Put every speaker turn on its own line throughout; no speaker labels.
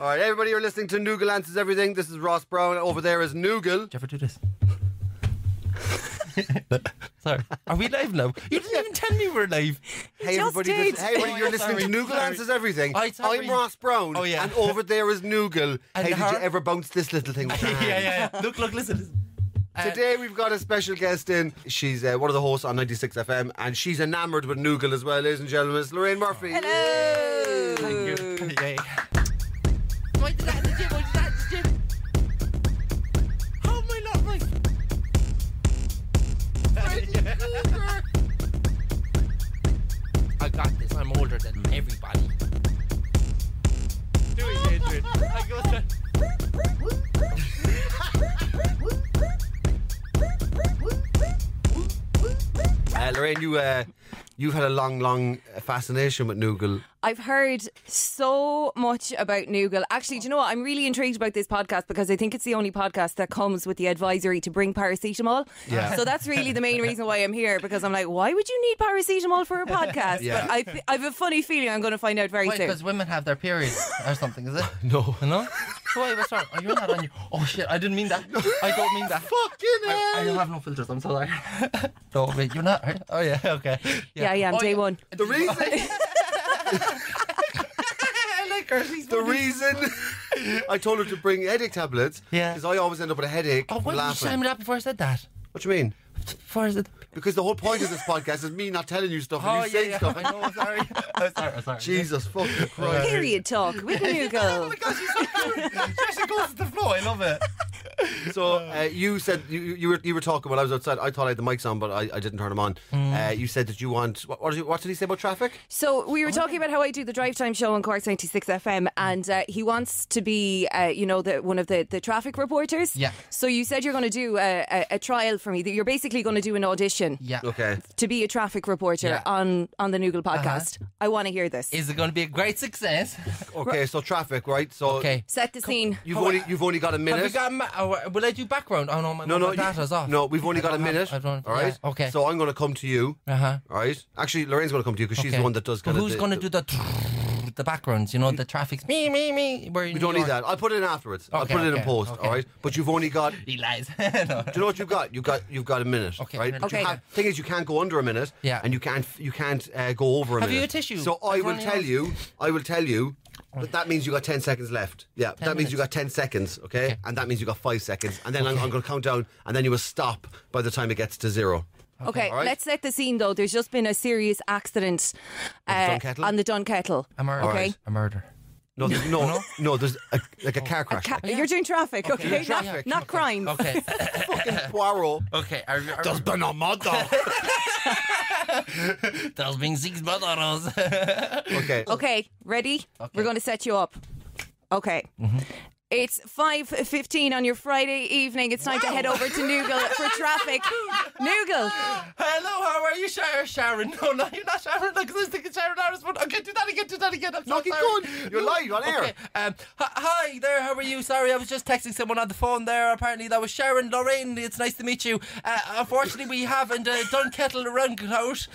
All right, everybody, you're listening to Noogle Answers Everything. This is Ross Brown. Over there is Noogle.
you ever do this? Sorry. Are we live now? You didn't even tell me we're live.
Hey,
just
everybody,
did.
this- hey, everybody, you're listening to
Sorry.
Noogle
Sorry.
Answers Everything.
I thought
I'm
we-
Ross Brown.
Oh, yeah.
And over there is Noogle.
And
hey, did
her-
you ever bounce this little thing with your
yeah,
hand?
yeah, yeah. Look, look, listen. listen. Uh,
Today we've got a special guest in. She's uh, one of the hosts on 96 FM, and she's enamoured with Noogle as well, ladies and gentlemen. It's Lorraine Murphy.
Hello.
Yeah, yeah.
Why did that in the gym? Why did that in the gym? How am I not right? I got this. I'm older than everybody.
Do it, Adrian. I go there.
Uh, Lorraine, you uh, you've had a long, long uh, fascination with Noogle.
I've heard so much about Noogle. Actually, do you know what? I'm really intrigued about this podcast because I think it's the only podcast that comes with the advisory to bring paracetamol.
Yeah.
So that's really the main reason why I'm here because I'm like, why would you need paracetamol for a podcast?
Yeah.
But I, th- I have a funny feeling I'm going to find out very
Why?
soon.
Because women have their periods or something, is it?
No.
No? Why? What's wrong? Are you not on your. Oh shit, I didn't mean that. I don't mean that.
Fucking
I, I have no filters, I'm so sorry. no, wait, you're not, right? Oh yeah, okay.
Yeah, yeah, I'm
Oh,
day one.
The reason,
I like her, she's
the reason I told her to bring headache tablets
Yeah.
is I always end up with a headache
Oh,
from
why did you sign
laughing.
me that before I said that?
What do you mean?
Before I said
Because the whole point of this podcast is me not telling you stuff and
Oh,
you
yeah,
saying
yeah.
stuff.
I know, I'm sorry. I'm sorry, I'm sorry.
Jesus fucking Christ.
Period talk with
Oh
Noogle.
my gosh, she's so cute. She actually goes to the floor. I love it.
So uh, you said you, you were you were talking when I was outside. I thought I had the mics on, but I, I didn't turn them on.
Mm.
Uh, you said that you want what, what, did you, what did he say about traffic?
So we were talking about how I do the drive time show on Cork 96 FM, and uh, he wants to be, uh, you know, the one of the, the traffic reporters.
Yeah.
So you said you're going to do a, a, a trial for me. That you're basically going to do an audition.
Yeah.
Okay,
To be a traffic reporter
Yeah.
on on the Noogle podcast. I want to hear this.
Is it going to be a great success?
okay. So traffic, right? So
Okay.
Set the scene.
you've only you've only got a minute.
Have we got? Ma- oh, will I do background? Oh no, my,
no,
my
no, you-
data's off.
no. We've only
I
got a
don't have-
minute.
I don't.
all right.
yeah, okay.
So I'm going to come to you.
Uh huh.
All right. Actually, Lorraine's going to come to you because she's the one that does. kinda
Who's
the-
going to do the the backgrounds? You know, the traffic. Me, me, me. Where
We don't need that. I'll put it in afterwards. I'll
Okay,
put it in
okay,
post.
okay.
All right. But you've only got.
He lies. No.
Do you know what you've got? You've got you've got a minute,
Okay,
right?
minute.
But you
Okay.
have- thing is, you can't go under a minute,
Yeah.
and you can't you can't uh, go over a
Have
minute.
you a tissue?
So I
I've
will
run
tell
out.
you, I will tell you, but that means you got ten seconds left. Yeah, that means you got ten seconds, okay? And that means you got five seconds, and then I'm, I'm going to count down, and then you will stop by the time it gets to zero.
Okay,
all right.
let's set the scene though. There's just been a serious accident uh,
Dunkettle?
on the Dunkettle.
A murder.
Okay.
A murder.
No, there's, no, no, there's a, like a car crash.
Ca- You're doing traffic, okay?
Doing
Not,
traffic.
not crime.
Okay.
Fucking Poirot.
okay. Are, you- are,
There's been a murder.
there's been six murders.
okay.
Okay, ready? We're going to set you up. Okay. It's 5.15 on your Friday evening. It's time to head over to Noogle for traffic. Noogle,
Hello, how are you, Sharon? Sharon? No, no, you're not Sharon. Look, I was thinking Sharon Harris. But okay, do that again, do that again. I'm so
No, keep
sorry.
going. You're
No.
live on air.
Okay. Um, hi, hi there, how are you? Sorry, I was just texting someone on the phone there. Apparently, that was Sharon. Lorraine, it's nice to meet you. Uh, unfortunately, we haven't uh, done kettle round out.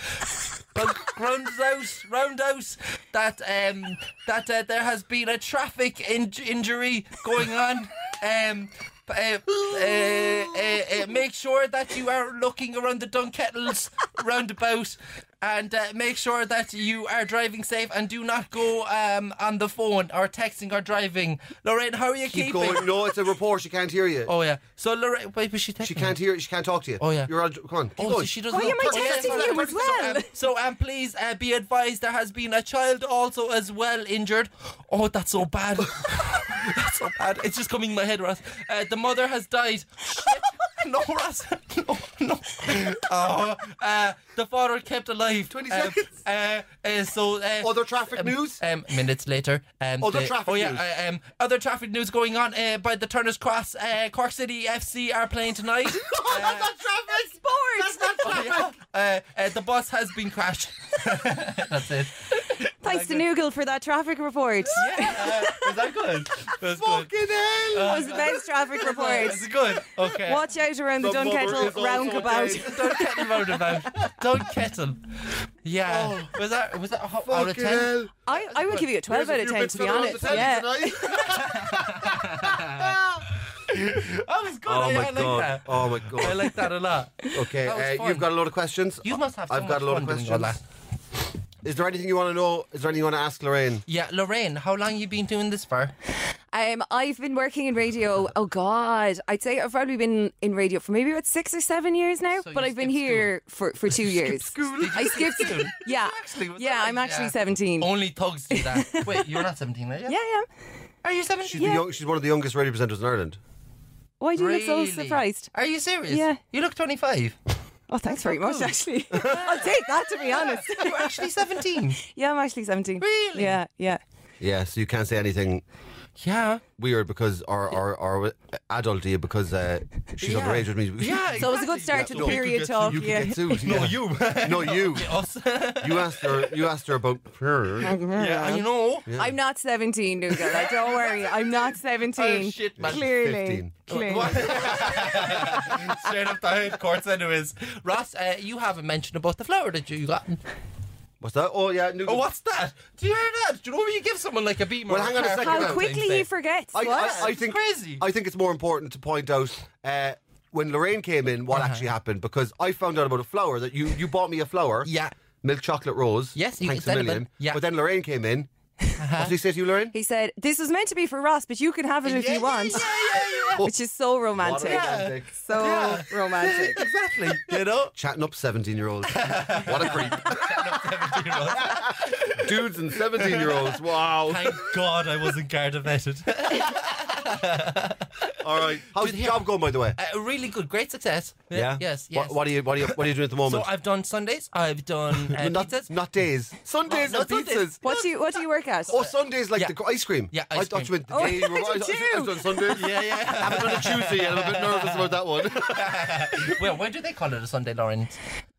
round- Round out, round out that um, that uh, there has been a traffic in- injury going on. Um, uh, uh, uh, uh, make sure that you are looking around the Dunkettles roundabout and uh, make sure that you are driving safe and do not go um, on the phone or texting or driving. Lorraine, how are you
Keep
keeping?
going. No, it's a report. She can't hear you.
Oh, yeah. So, Lorraine, wait, was she texting?
She can't hear. She can't talk to you.
Oh, yeah.
You're on. Come on. Keep
Oh,
going.
so she doesn't
Why
know-
am I
Okay,
texting
so-
you as well?
So, um, so, um, please uh, be advised there has been a child also as well injured. Oh, that's so bad. that's so bad. It's just coming in my head, Ross. Uh, the mother has died. Shit. No, Ross. No, no. Oh, uh, the father kept alive.
20
Um,
seconds.
Uh, uh, so, uh,
Other traffic news?
Um, minutes later. Um,
Other
the-
traffic
oh, yeah,
news.
uh, um, other traffic news going on uh, by the Turner's Cross. Uh, Cork City FC are playing tonight.
Oh,
Uh,
that's sports.
uh, uh, the bus has been crashed. That's it.
Thanks to Noogle for that traffic report.
Yeah, uh, is that good? That's good.
Fucking hell.
That was the best traffic report.
It's good. Okay.
Watch out around the,
The mother is
Dunkettle
also
roundabout.
dead.
Don't kettle roundabout. Don't kettle. Yeah. Was that was that a hot out of
Fucking
ten?
hell.
I, I would give you a 12 out
There's a
of
few
10,
bits
to be
that are on
honest.
the telly
Yeah.
tonight.
That was
Oh
good. I, I
my
like
god.
that.
Oh my
I
god.
like that a lot. That was
Okay, uh,
fun.
you've got a lot of questions.
You must have. So
I've got
much
a lot of
fun doing
questions.
all that.
Is there anything you want to know? Is there anything you want to ask Lorraine?
Yeah, Lorraine, how long you been doing this for?
Um, I've been working in radio. Oh God, I'd say I've probably been in radio for maybe about six or seven years now.
So
but
you
I've been
skipped
here for, for two years.
school? Did
I
you
skipped.
skip school?
Yeah,
Actually, was
yeah,
that
I'm
right?
actually
Yeah.
17.
Only thugs do that. Wait, you're not 17, are you?
yeah, yeah.
Are you
She's,
17?
the
Yeah.
young, she's one of the youngest radio presenters in Ireland.
Why do you
Really?
look so surprised?
Are you serious?
Yeah.
You look 25.
Oh, thanks very much. Actually, I'll take that. To be honest,
You're actually 17.
yeah, I'm actually 17.
Really?
Yeah, yeah.
Yeah, so you can't say anything
yeah.
weird because, or or, or adult to you because uh, she's
Yeah.
on the range with me.
Yeah.
So it was a good start to the
no, you could
period
get
talk.
You could
Yeah.
get sued.
No,
yeah.
you.
No, you.
Us.
You asked her. You asked her about her.
yeah, I know.
I'm not 17, Dougal. Don't worry, I'm not 17.
Oh, shit, man.
Clearly,
15.
clearly.
What? Straight up the headquarters, anyways. Ross, uh, you haven't mentioned about the flower that you got.
What's that? Oh yeah. No,
Oh, what's that? Do you hear that? Do you know when you give someone like a beam
Well,
or
hang on a
car
second
for
now.
How
Valentine's
quickly
Day?
he forgets.
I,
what?
I, I think
crazy.
I think it's more important to point out uh, when Lorraine came in what
Uh-huh.
actually happened because I found out about a flower that you you bought me a flower.
Yeah.
Milk chocolate rose.
Yes, you
thanks
said
a
about-
million.
yeah. Uh-huh.
But then Lorraine came in. What did he say to you, Lorraine?
He said, "This was meant to be for Ross, but you can have it if
Yeah,
you want,"
Yeah, yeah, yeah. yeah.
which is so
What a
romantic.
romantic.
So
Yeah.
romantic.
exactly. You know?
Chatting up seventeen-year-olds. what a creep. Dudes and seventeen-year-olds. Wow.
Thank God I wasn't Gardavetted.
All right. How's the job going, by the way?
Uh, really good, great success. Yes, yes.
What, what are you? What are you? What are you doing at the
so
moment?
I've done Sundays, I've done uh,
not,
pizzas. Oh,
not days. Sundays
No,
and
Sundays.
pizzas.
What do you What do you work at?
Oh, Sundays like
Yeah.
the gr- ice cream.
Yeah,
I
ice
thought you
cream.
meant the day. you were-
I
I,
Oh, did
I, I,
too.
was on Sundays.
Yeah, yeah.
I haven't done a Tuesday yet. I'm a bit nervous about that one.
well, why do they call it a Sunday, Lauren?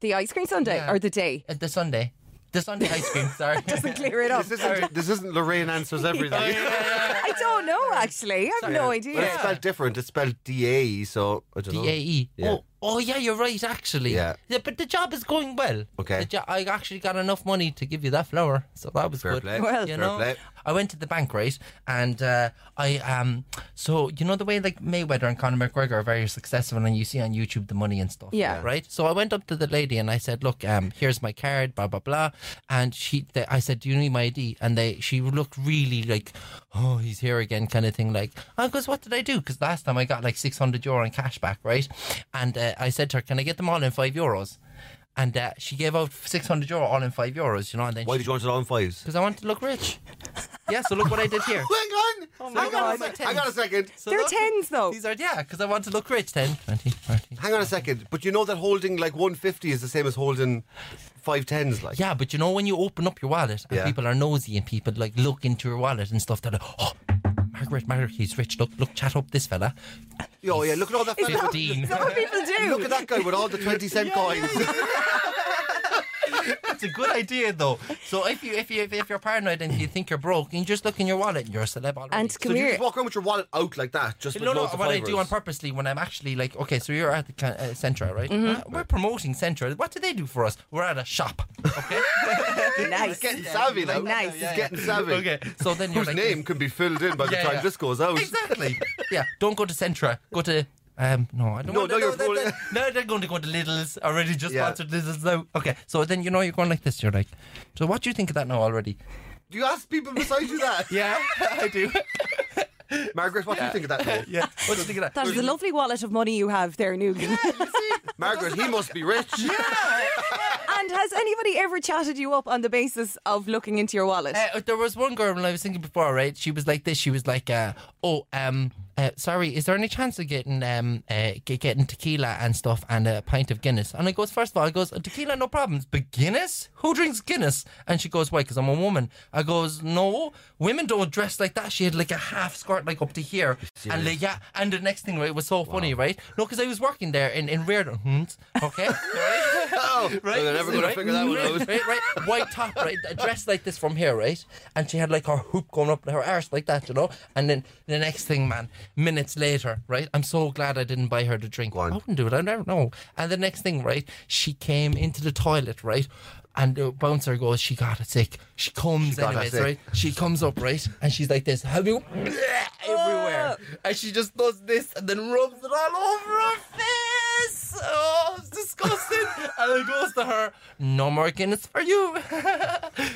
The ice cream Sunday
Yeah.
or the day?
Uh, the Sunday. The Sunday ice cream, sorry.
Doesn't clear it up.
this isn't. This isn't Lorraine answers everything.
I don't know. Actually, I have no
But it's
idea.
spelled different. It's spelled D A E. So I don't know.
DAE.
Yeah.
Oh, oh, yeah, you're right, actually.
Yeah.
But the job is going well.
Okay.
The jo- I actually got enough money to give you that flower, so that was
Fair
good.
play.
Well-
you
Fair
know,
play.
I went to the bank, right? And uh, I um, so you know the way like Mayweather and Conor McGregor are very successful, and you see on YouTube the money and stuff.
Yeah. Yeah.
Right. So I went up to the lady and I said, "Look, um, here's my card, blah blah blah," and she, they, I said, "Do you need my ID?" And they, she looked really like, "Oh, he's here again," kind of thing. Like, I goes, "What did I do?" Because last time I got like six hundred euro in cash back, right? And uh, I said to her, "Can I get them all in five euros?" And uh, she gave out six hundred euro all in five euros, you know. And then
Why did you want it all in fives?
because I want to look rich. yeah, so look what I did here.
Hang on.
Oh
hang on. a
God.
sec- Hang on a second.
So
They're
look-
tens though.
These are, yeah, because I want to look rich 10, 20, 30.
Hang on a second. But you know that holding like 150 is the same as holding five tens. Like
Yeah, but you know, when you open up your wallet and
Yeah.
people are nosy and people like look into your wallet and stuff, they're like, oh, Margaret, Margaret, he's rich. Look, look, chat up this fella.
Oh yeah. Look at all that. fella with-
15.
That's what people do.
Look at that guy with all the 20 cent coins.
That's a good idea, though. So if, you, if, you, if you're paranoid and you think you're broke, you just look in your wallet and you're a celeb already.
And
So
come
do you
here.
just walk around with your wallet out like that, just with
No, no,
loads of
what I do on
fibres?
purposely when I'm actually like, okay, so you're at the ca- uh, Centra, right? Uh, we're promoting Centra. What do they do for us? We're at a shop, okay?
He's
Nice.
getting savvy now.
Nice.
He's getting savvy.
okay, so then you're
Whose
like,
name can be filled in by the
Yeah,
time
yeah.
this goes out?
Exactly. yeah, don't go to Centra. Go to. Um, no, I don't
No,
want
no,
to,
you're
they're,
fooling-
they're, no, they're going to go to Little's already. Just
Yeah.
sponsored Little's now. Okay, so then you know you're going like this. You're like, so what do you think of that now already?
Do you ask people beside you that?
Yeah, I do.
Margaret, what do you think of that? though?
yeah, what do you think of that?
That is a lovely wallet of money you have there, Nugent.
Margaret, he must be rich.
and has anybody ever chatted you up on the basis of looking into your wallet?
Eh.
Uh, there was one girl when I was thinking before, right? She was like this. She was like, uh, "Oh, um, uh, sorry, is there any chance of getting um, uh, ge- getting tequila and stuff and a pint of Guinness?" And I goes, first of all, I goes, "Tequila, no problems, but Guinness? Who drinks Guinness?" And she goes, "Why? Because I'm a woman." I goes, "No, women don't dress like that." She had like a half skirt, like up to here, and like, yeah. And the next thing, right, it was so funny, right? No, because I was working there in in Reardon's, okay. Right?
Oh,
Right?
They're never going to
Right?
figure that one out.
Right, right. White top, right? A dress like this from here, right? And she had like her hoop going up her arse like that, you know? And then the next thing, man, minutes later, right? I'm so glad I didn't buy her the drink.
on.
I wouldn't do it. I don't know. And the next thing, right? She came into the toilet, right? And the bouncer goes, she got it sick. She comes
got it
anyways,
sick.
right? She comes up, right? And she's like this. Have you everywhere? And she just does this and then rubs it all over her face. Oh, it's disgusting. and then goes to her, no more Guinness for you.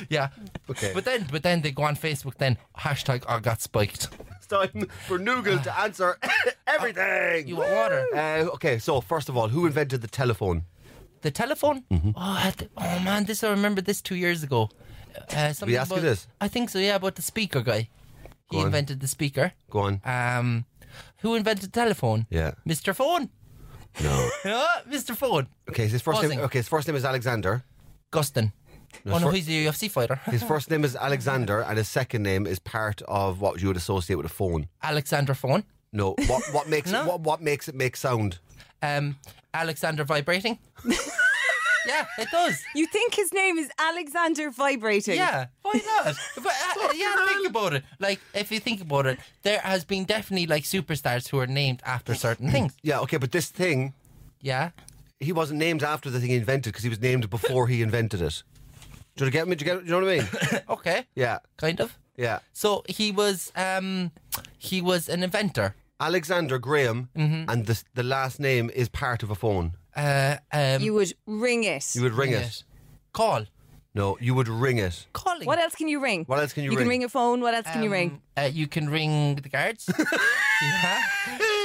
yeah.
Okay.
But then but then they go on Facebook then hashtag I got spiked.
It's time for Noogle to answer everything.
You want water?
Uh, okay, so first of all, who invented the telephone?
The telephone?
Mm-hmm.
Oh, I th- oh man, this I remember this two years ago. Uh, something
ask you
about-
this?
I think so. Yeah, about the speaker guy.
Go
he
on.
invented the speaker.
Go on.
Um, who invented the telephone?
Yeah.
Mr. Phone.
No.
Yeah, Mr. Phone.
Okay, so his first name.
Buzzing.
Okay, his first name is Alexander.
Gustin. oh no,
for-
he's a UFC fighter.
His first name is Alexander, and his second name is part of what you would associate with a phone.
Alexander Phone.
No, what what makes
No.
It, what what makes it make sound?
Um, Alexander vibrating. yeah, it does.
You think his name is Alexander Vibrating?
Yeah, why not? But uh, yeah, think about it. Like, if you think about it, there has been definitely like superstars who are named after certain things.
Yeah, okay, but this thing
Yeah.
he wasn't named after the thing he invented because he was named before he invented it. Do you get me? Do you, get, do you know what I mean?
Okay.
Yeah,
Kind of.
yeah.
So he was um he was an inventor.
Alexander Graham,
Mm-hmm.
and the the last name is part of a phone.
Uh um
You would ring it.
You would ring
yeah.
it.
call.
No, you would ring it.
Calling.
what else can you ring?
What else can you
You
ring? Um,
can ring a phone. What else can you ring?
Uh, you can ring the guards. yeah.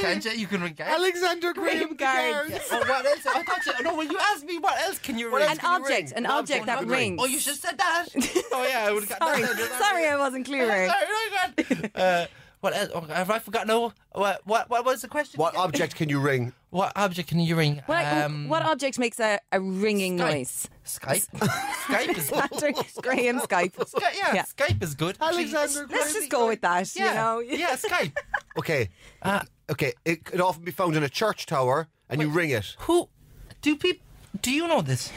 Can't you? You can ring guards.
Alexander Graham
guard.
Guards.
Oh, what else? I thought you. No, when you asked me what else can you ring?
else An can you object, ring? an What object object that can you ring?
Oh, you should have said that. Oh yeah, I would have got
Sorry,
that. that-
sorry, I wasn't
Sorry,
clear.
no, go on. Uh, what else? Oh, have I forgotten? No. What? What? What was the question?
What
again?
object can you ring?
What object can you ring? Um,
What,
Um,
what object makes a, a ringing
Skype.
noise?
Skype. Skype is good.
Patrick Graham Skype.
Sky- yeah,
Yeah.
Skype is good.
Alexander
Jeez.
Let's just go with that.
Yeah,
You know.
yeah, Skype.
Okay,
Uh,
okay. It could often be found in a church tower, and you ring it.
Who do people? Do you know this?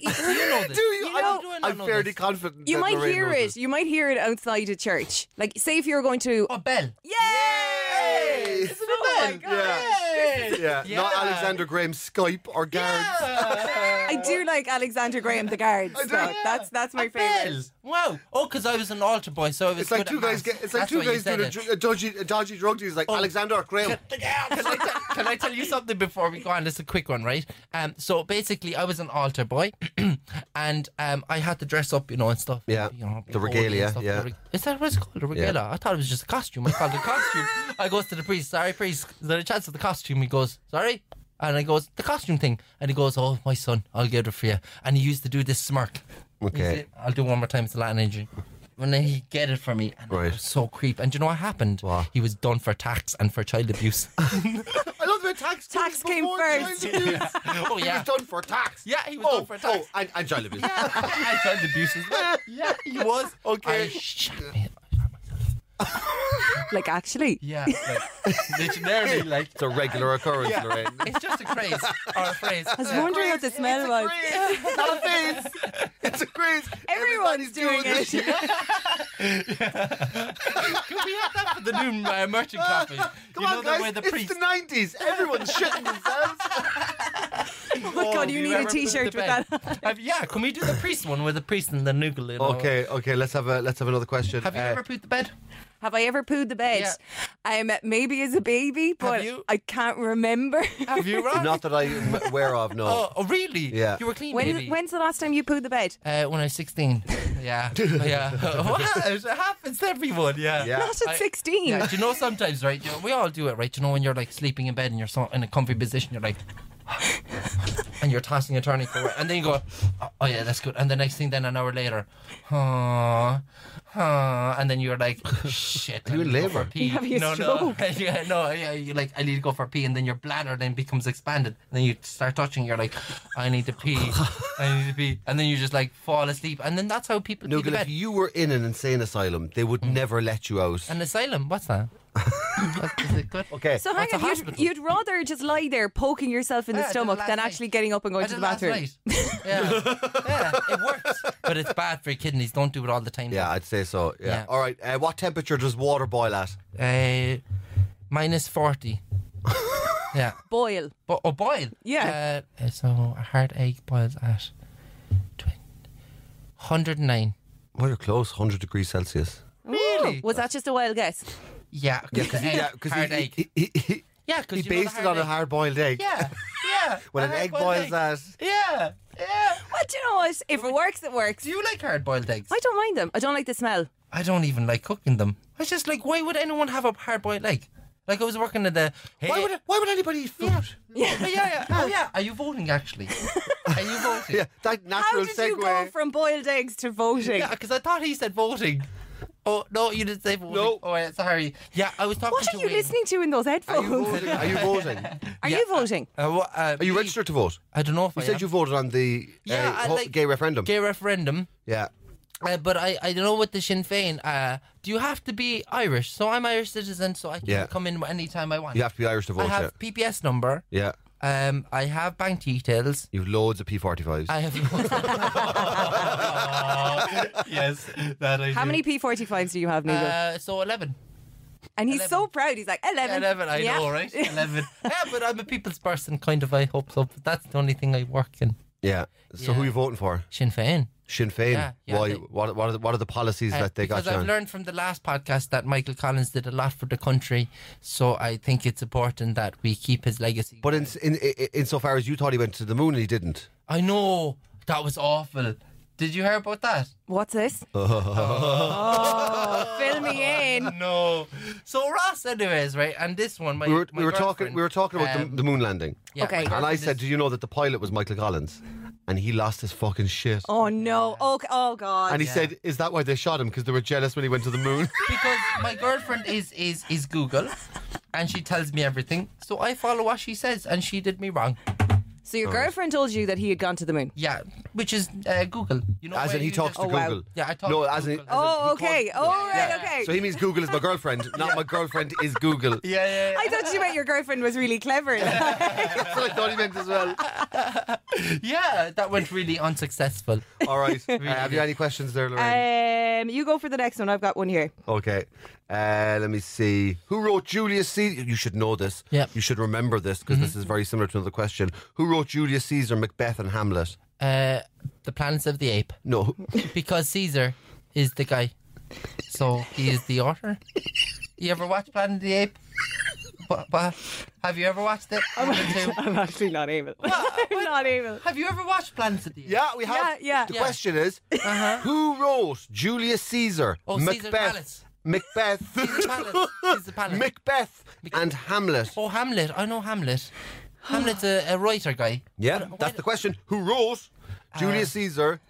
Do you know this?
Do you?
You know-
I'm,
Do I not
I'm
know
fairly
this?
confident.
you
that
might
Lorraine
hear
knows
it.
this.
You might hear it outside a church. Like, say if you're going to.
A bell.
Yay!
Yay!
Isn't it
Oh my
a bell?
God.
Yeah, not
Yeah.
Alexander Graham Skype or guards.
Oh, Yeah.
I do like Alexander Graham the guard. So that's that's my
A bell.
favorite.
Wow. Oh, because I was an altar boy, so I was.
It's like
good
two
at
guys
maths.
get. It's like
That's
two
why you
guys doing
said
a,
it. Oh.
dr- a dodgy, a dodgy drug deal. It's like Alexander Graham.
can, I tell, can I tell you something before we go on? It's a quick one, right? Um, so basically, I was an altar boy, and um, I had to dress up, you know, and stuff.
Yeah.
you know,
The
holy and
regalia,
stuff,
yeah.
the reg- is that what it's called? The regalia? I thought it was just a costume. I called it a costume. I goes to the priest. Sorry, priest. Is there a chance of the costume? He goes, sorry. And I goes, the costume thing. And he goes, oh, my son, I'll get it for you. And he used to do this smirk.
Okay.
He said, I'll do it one more time. It's a Latin injury. And then he get it for me. And I
Right.
was so creep. And do you know what happened?
What? Oh,
He was done for tax and for child abuse.
I love the way tax. comes
Tax came
before
first.
child abuse.
oh
He
yeah.
was done for tax.
Yeah, he was
oh,
done for tax.
Oh, and, and child abuse.
I tried to abuse as well. Yeah, he was.
Okay.
I shot me.
Like actually.
Yeah, like, legendary, like.
It's a regular occurrence, Lorraine.
It's just a craze or a phrase.
I was wondering what the smell was.
It's a craze. Not a phase. It's a craze.
Everyone's doing it.
Could we have that for the new uh, merchant coffee?
Come
you know
on,
that
guys.
way the
it's
priest.
the 90s. Everyone's shitting themselves.
Oh my god, you need a T-shirt with that.
Have, yeah, can we do the priest one with the priest and the nugle? You know?
Okay, okay. Let's have a let's have another question.
Have you
Uh,
ever pooped the bed?
Have I ever pooed the bed? Um, maybe as a baby, but
you?
I can't remember.
Have you, Ron?
Not that I'm aware of. No.
Oh, oh, really?
Yeah.
You were clean,
when
baby.
when's the last time you pooed the bed?
Uh, when I was 16. Yeah. yeah. what? It happens to everyone, yeah.
Yeah.
Not at
I-
sixteen.
Yeah, do you know sometimes, right? You know, we all do it, right? Do you know when you're like sleeping in bed and you're so, in a comfy position, you're like, and you're tossing and turning forward, and then you go, oh, oh, yeah, that's good. And the next thing, then an hour later, huh, huh, and then you're like, shit,
you
let
in
me go for
labour?
a pee.
Have you
no,
stroke?
no, yeah, no, yeah, you like, I need to go for a pee, and then your bladder then becomes expanded, and then you start touching, you're like, I need to pee, I need to pee, and then you just like fall asleep, and then that's how people do
Nugal, if
bed. Hmm.
you were in an insane asylum, they would never let you out.
An asylum, what's that?
Okay.
So hang
That's a
on, you'd,
hospital.
you'd rather just lie there poking yourself in the
Yeah, I did it
stomach
last
than
night.
actually getting up and going
I
to
did
the
it last
bathroom.
night. Yeah. yeah, it works. But it's bad for your kidneys. Don't do it all the time.
yeah, I'd say so. Yeah.
Yeah.
All right. Uh, what temperature does water boil at?
Uh, minus 40. yeah.
Boil.
But, oh, boil.
Yeah.
Uh, so a heartache boils at 20, 109.
Well, you're close. 100 degrees Celsius.
Really?
Was that just a wild guess?
Yeah.
Yeah,
Because yeah,
because
heartache.
he, he, he,
yeah, because
he based it on a hard-boiled egg.
Yeah. Yeah.
When
I
an
like
egg
boiled
boils
eggs.
at
Yeah. Yeah.
Well, do you know what? If it works, it works.
Do you like hard boiled eggs?
I don't mind them. I don't like the smell.
I don't even like cooking them. I just like, why would anyone have a hard boiled egg? Like I was working at the.
why would why would anybody eat food?
Yeah, yeah, yeah. Oh, yeah. Are you voting actually? Are you voting?
Yeah, that
How
natural
did
segue.
you go from boiled eggs to voting?
Yeah, because I thought he said voting. Oh no, you didn't say voting.
No.
Oh, yeah, sorry. Yeah, I was talking
What
to
are you
Wayne.
listening to in those
Are you
headphones?
voting? Are you voting?
Are
Yeah.
you voting?
Uh, what, uh,
Are you
me-
registered to vote?
I don't know if
You
I
said
am.
you voted on the uh,
Yeah, I
ho-
like-
gay referendum.
gay referendum.
yeah.
Uh, but I, I don't know with the Sinn Féin. Uh, do you have to be Irish? So I'm Irish citizen, so I can
Yeah.
come in anytime I want.
You have to be Irish to vote.
I have PPS number.
yeah. yeah.
Um, I have bank details.
You've loads of P45s.
I have. yes, that I
How many P45s do you have, Neil?
Uh, so eleven.
and he's so proud. He's like, 11.
Eleven, I
Yeah.
know, right? Eleven. yeah, but I'm a people's person, kind of. I hope so. But that's the only thing I work in.
yeah. So who are you voting for?
Sinn Féin.
Sinn Féin.
Yeah, yeah,
Why?
they-
what, what, are the, what are the policies
Uh,
that they got
because
you
I've
on?
learned from the last podcast that Michael Collins did a lot for the country, so I think it's important that we keep his legacy.
But in, in, in, insofar as you thought he went to the moon and he didn't.
I know that was awful. Did you hear about that?
What's this? Oh, fill me in.
No. So Ross, anyways, right? And this one, my,
We were,
my
we were talking
girlfriend,
we were talking about
um,
the, the moon landing.
yeah,
Okay.
my
And
And I
girlfriend
said,
is-
"Do you know that the pilot was Michael Collins?" And he lost his fucking shit.
Oh, no. Okay. Oh, God.
and he said, "Is that why they shot him? Because they were jealous when he went to the moon."
because my girlfriend is is is Google, and she tells me everything, so I follow what she says, and she did me wrong.
so
Oh.
your girlfriend told you that he had gone to the moon.
Yeah, which is uh, Google. You know,
as
where
in he
you
talks to
just-
Oh, wow.
Google.
Yeah, I talk
No,
to
as in,
Google.
as in
Oh,
he
okay.
calls-
Oh, right,
Yeah.
okay.
So he means Google is my girlfriend, not my girlfriend is Google.
Yeah, yeah, yeah.
I thought you meant your girlfriend was really clever.
That's what I thought he meant as well.
Yeah, that went really unsuccessful.
All right. Uh, have you any questions there, Lorraine?
um, you go for the next one. I've got one here.
okay. Uh, let me see. Who wrote Julius Caesar? You should know this.
Yep. Mm-hmm.
You should remember this because this is very similar to another question. Who wrote Julius Caesar, Macbeth, and Hamlet?
Uh, the Planets of the Ape,
No. who-
because Caesar is the guy, so he is the author. You ever watch Planet of the Ape? What, what? Have you ever watched it?
I'm actually not able. I'm not able.
Have you ever watched Planet of the Ape?
Yeah, we have.
Yeah, yeah.
The
Yeah. Uh-huh.
question is who wrote Julius Caesar,
Oh, Caesar's
Macbeth,
palace.
Macbeth,
He's the palace. He's the palace.
Macbeth, and Hamlet?
Oh, Hamlet. I know Hamlet. Hamlet's a, a writer guy.
Yeah, that's the question. Who wrote
Uh,
Julius Caesar,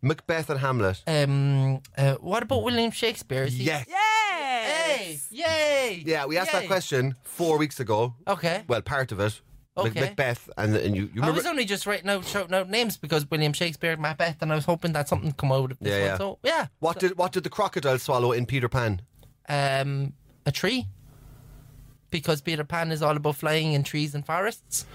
Macbeth, and Hamlet?
Um, uh, what about William Shakespeare? Is he-
Yes.
Hey!
Yes.
Yay!
Yeah, we asked that
Yay.
question four weeks ago.
Okay.
Well, part of it. Mac-
Okay. Oh,
Macbeth, and, and you, you
I
remember.
was only just writing out, shouting out names because William Shakespeare, Macbeth, and I was hoping that something come out of this
Yeah, yeah.
one. So yeah,
what did what did the crocodile swallow in Peter Pan?
um, a tree, because Peter Pan is all about flying in trees and forests.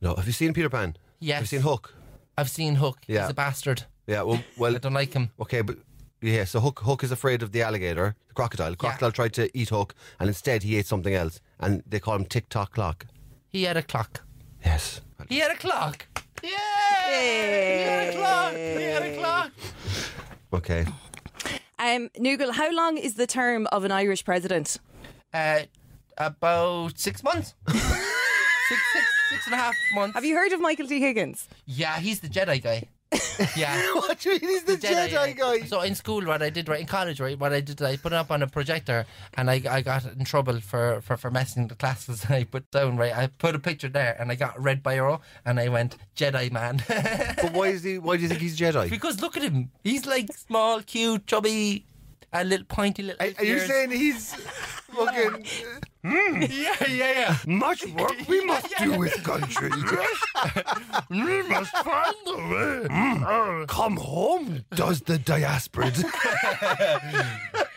No, have you seen Peter Pan?
Yes.
Have you seen Hook?
I've seen Hook.
Yeah.
He's a bastard.
Yeah. Well, well.
I don't like him.
okay, but yeah. So Hook Hook is afraid of the alligator, the crocodile. The crocodile tried to eat Hook, and instead he ate something else, and they call him Tick Tock Clock.
He had a clock.
Yes.
He had a clock. Yeah! He had a clock. He had a clock.
Okay.
Um, Nugel, how long is the term of an Irish president?
Uh, about six months. six, six, six and a half months.
Have you heard of Michael T. Higgins?
Yeah, he's the Jedi guy. Yeah.
what do you mean? He's the Jedi, guy.
So in school, what I did, right in college, right, what I did, I put it up on a projector, and I, I got in trouble for, for, for messing the classes. I put down right, I put a picture there, and I got a red biro, and I went Jedi man,
But why is he? Why do you think he's Jedi?
because look at him, he's like small, cute, chubby, a little pointy little.
Are you
ears.
saying he's fucking
Yeah, yeah, yeah.
much work we must do with country? we must find Uh, a way. Come home, does the diasporid.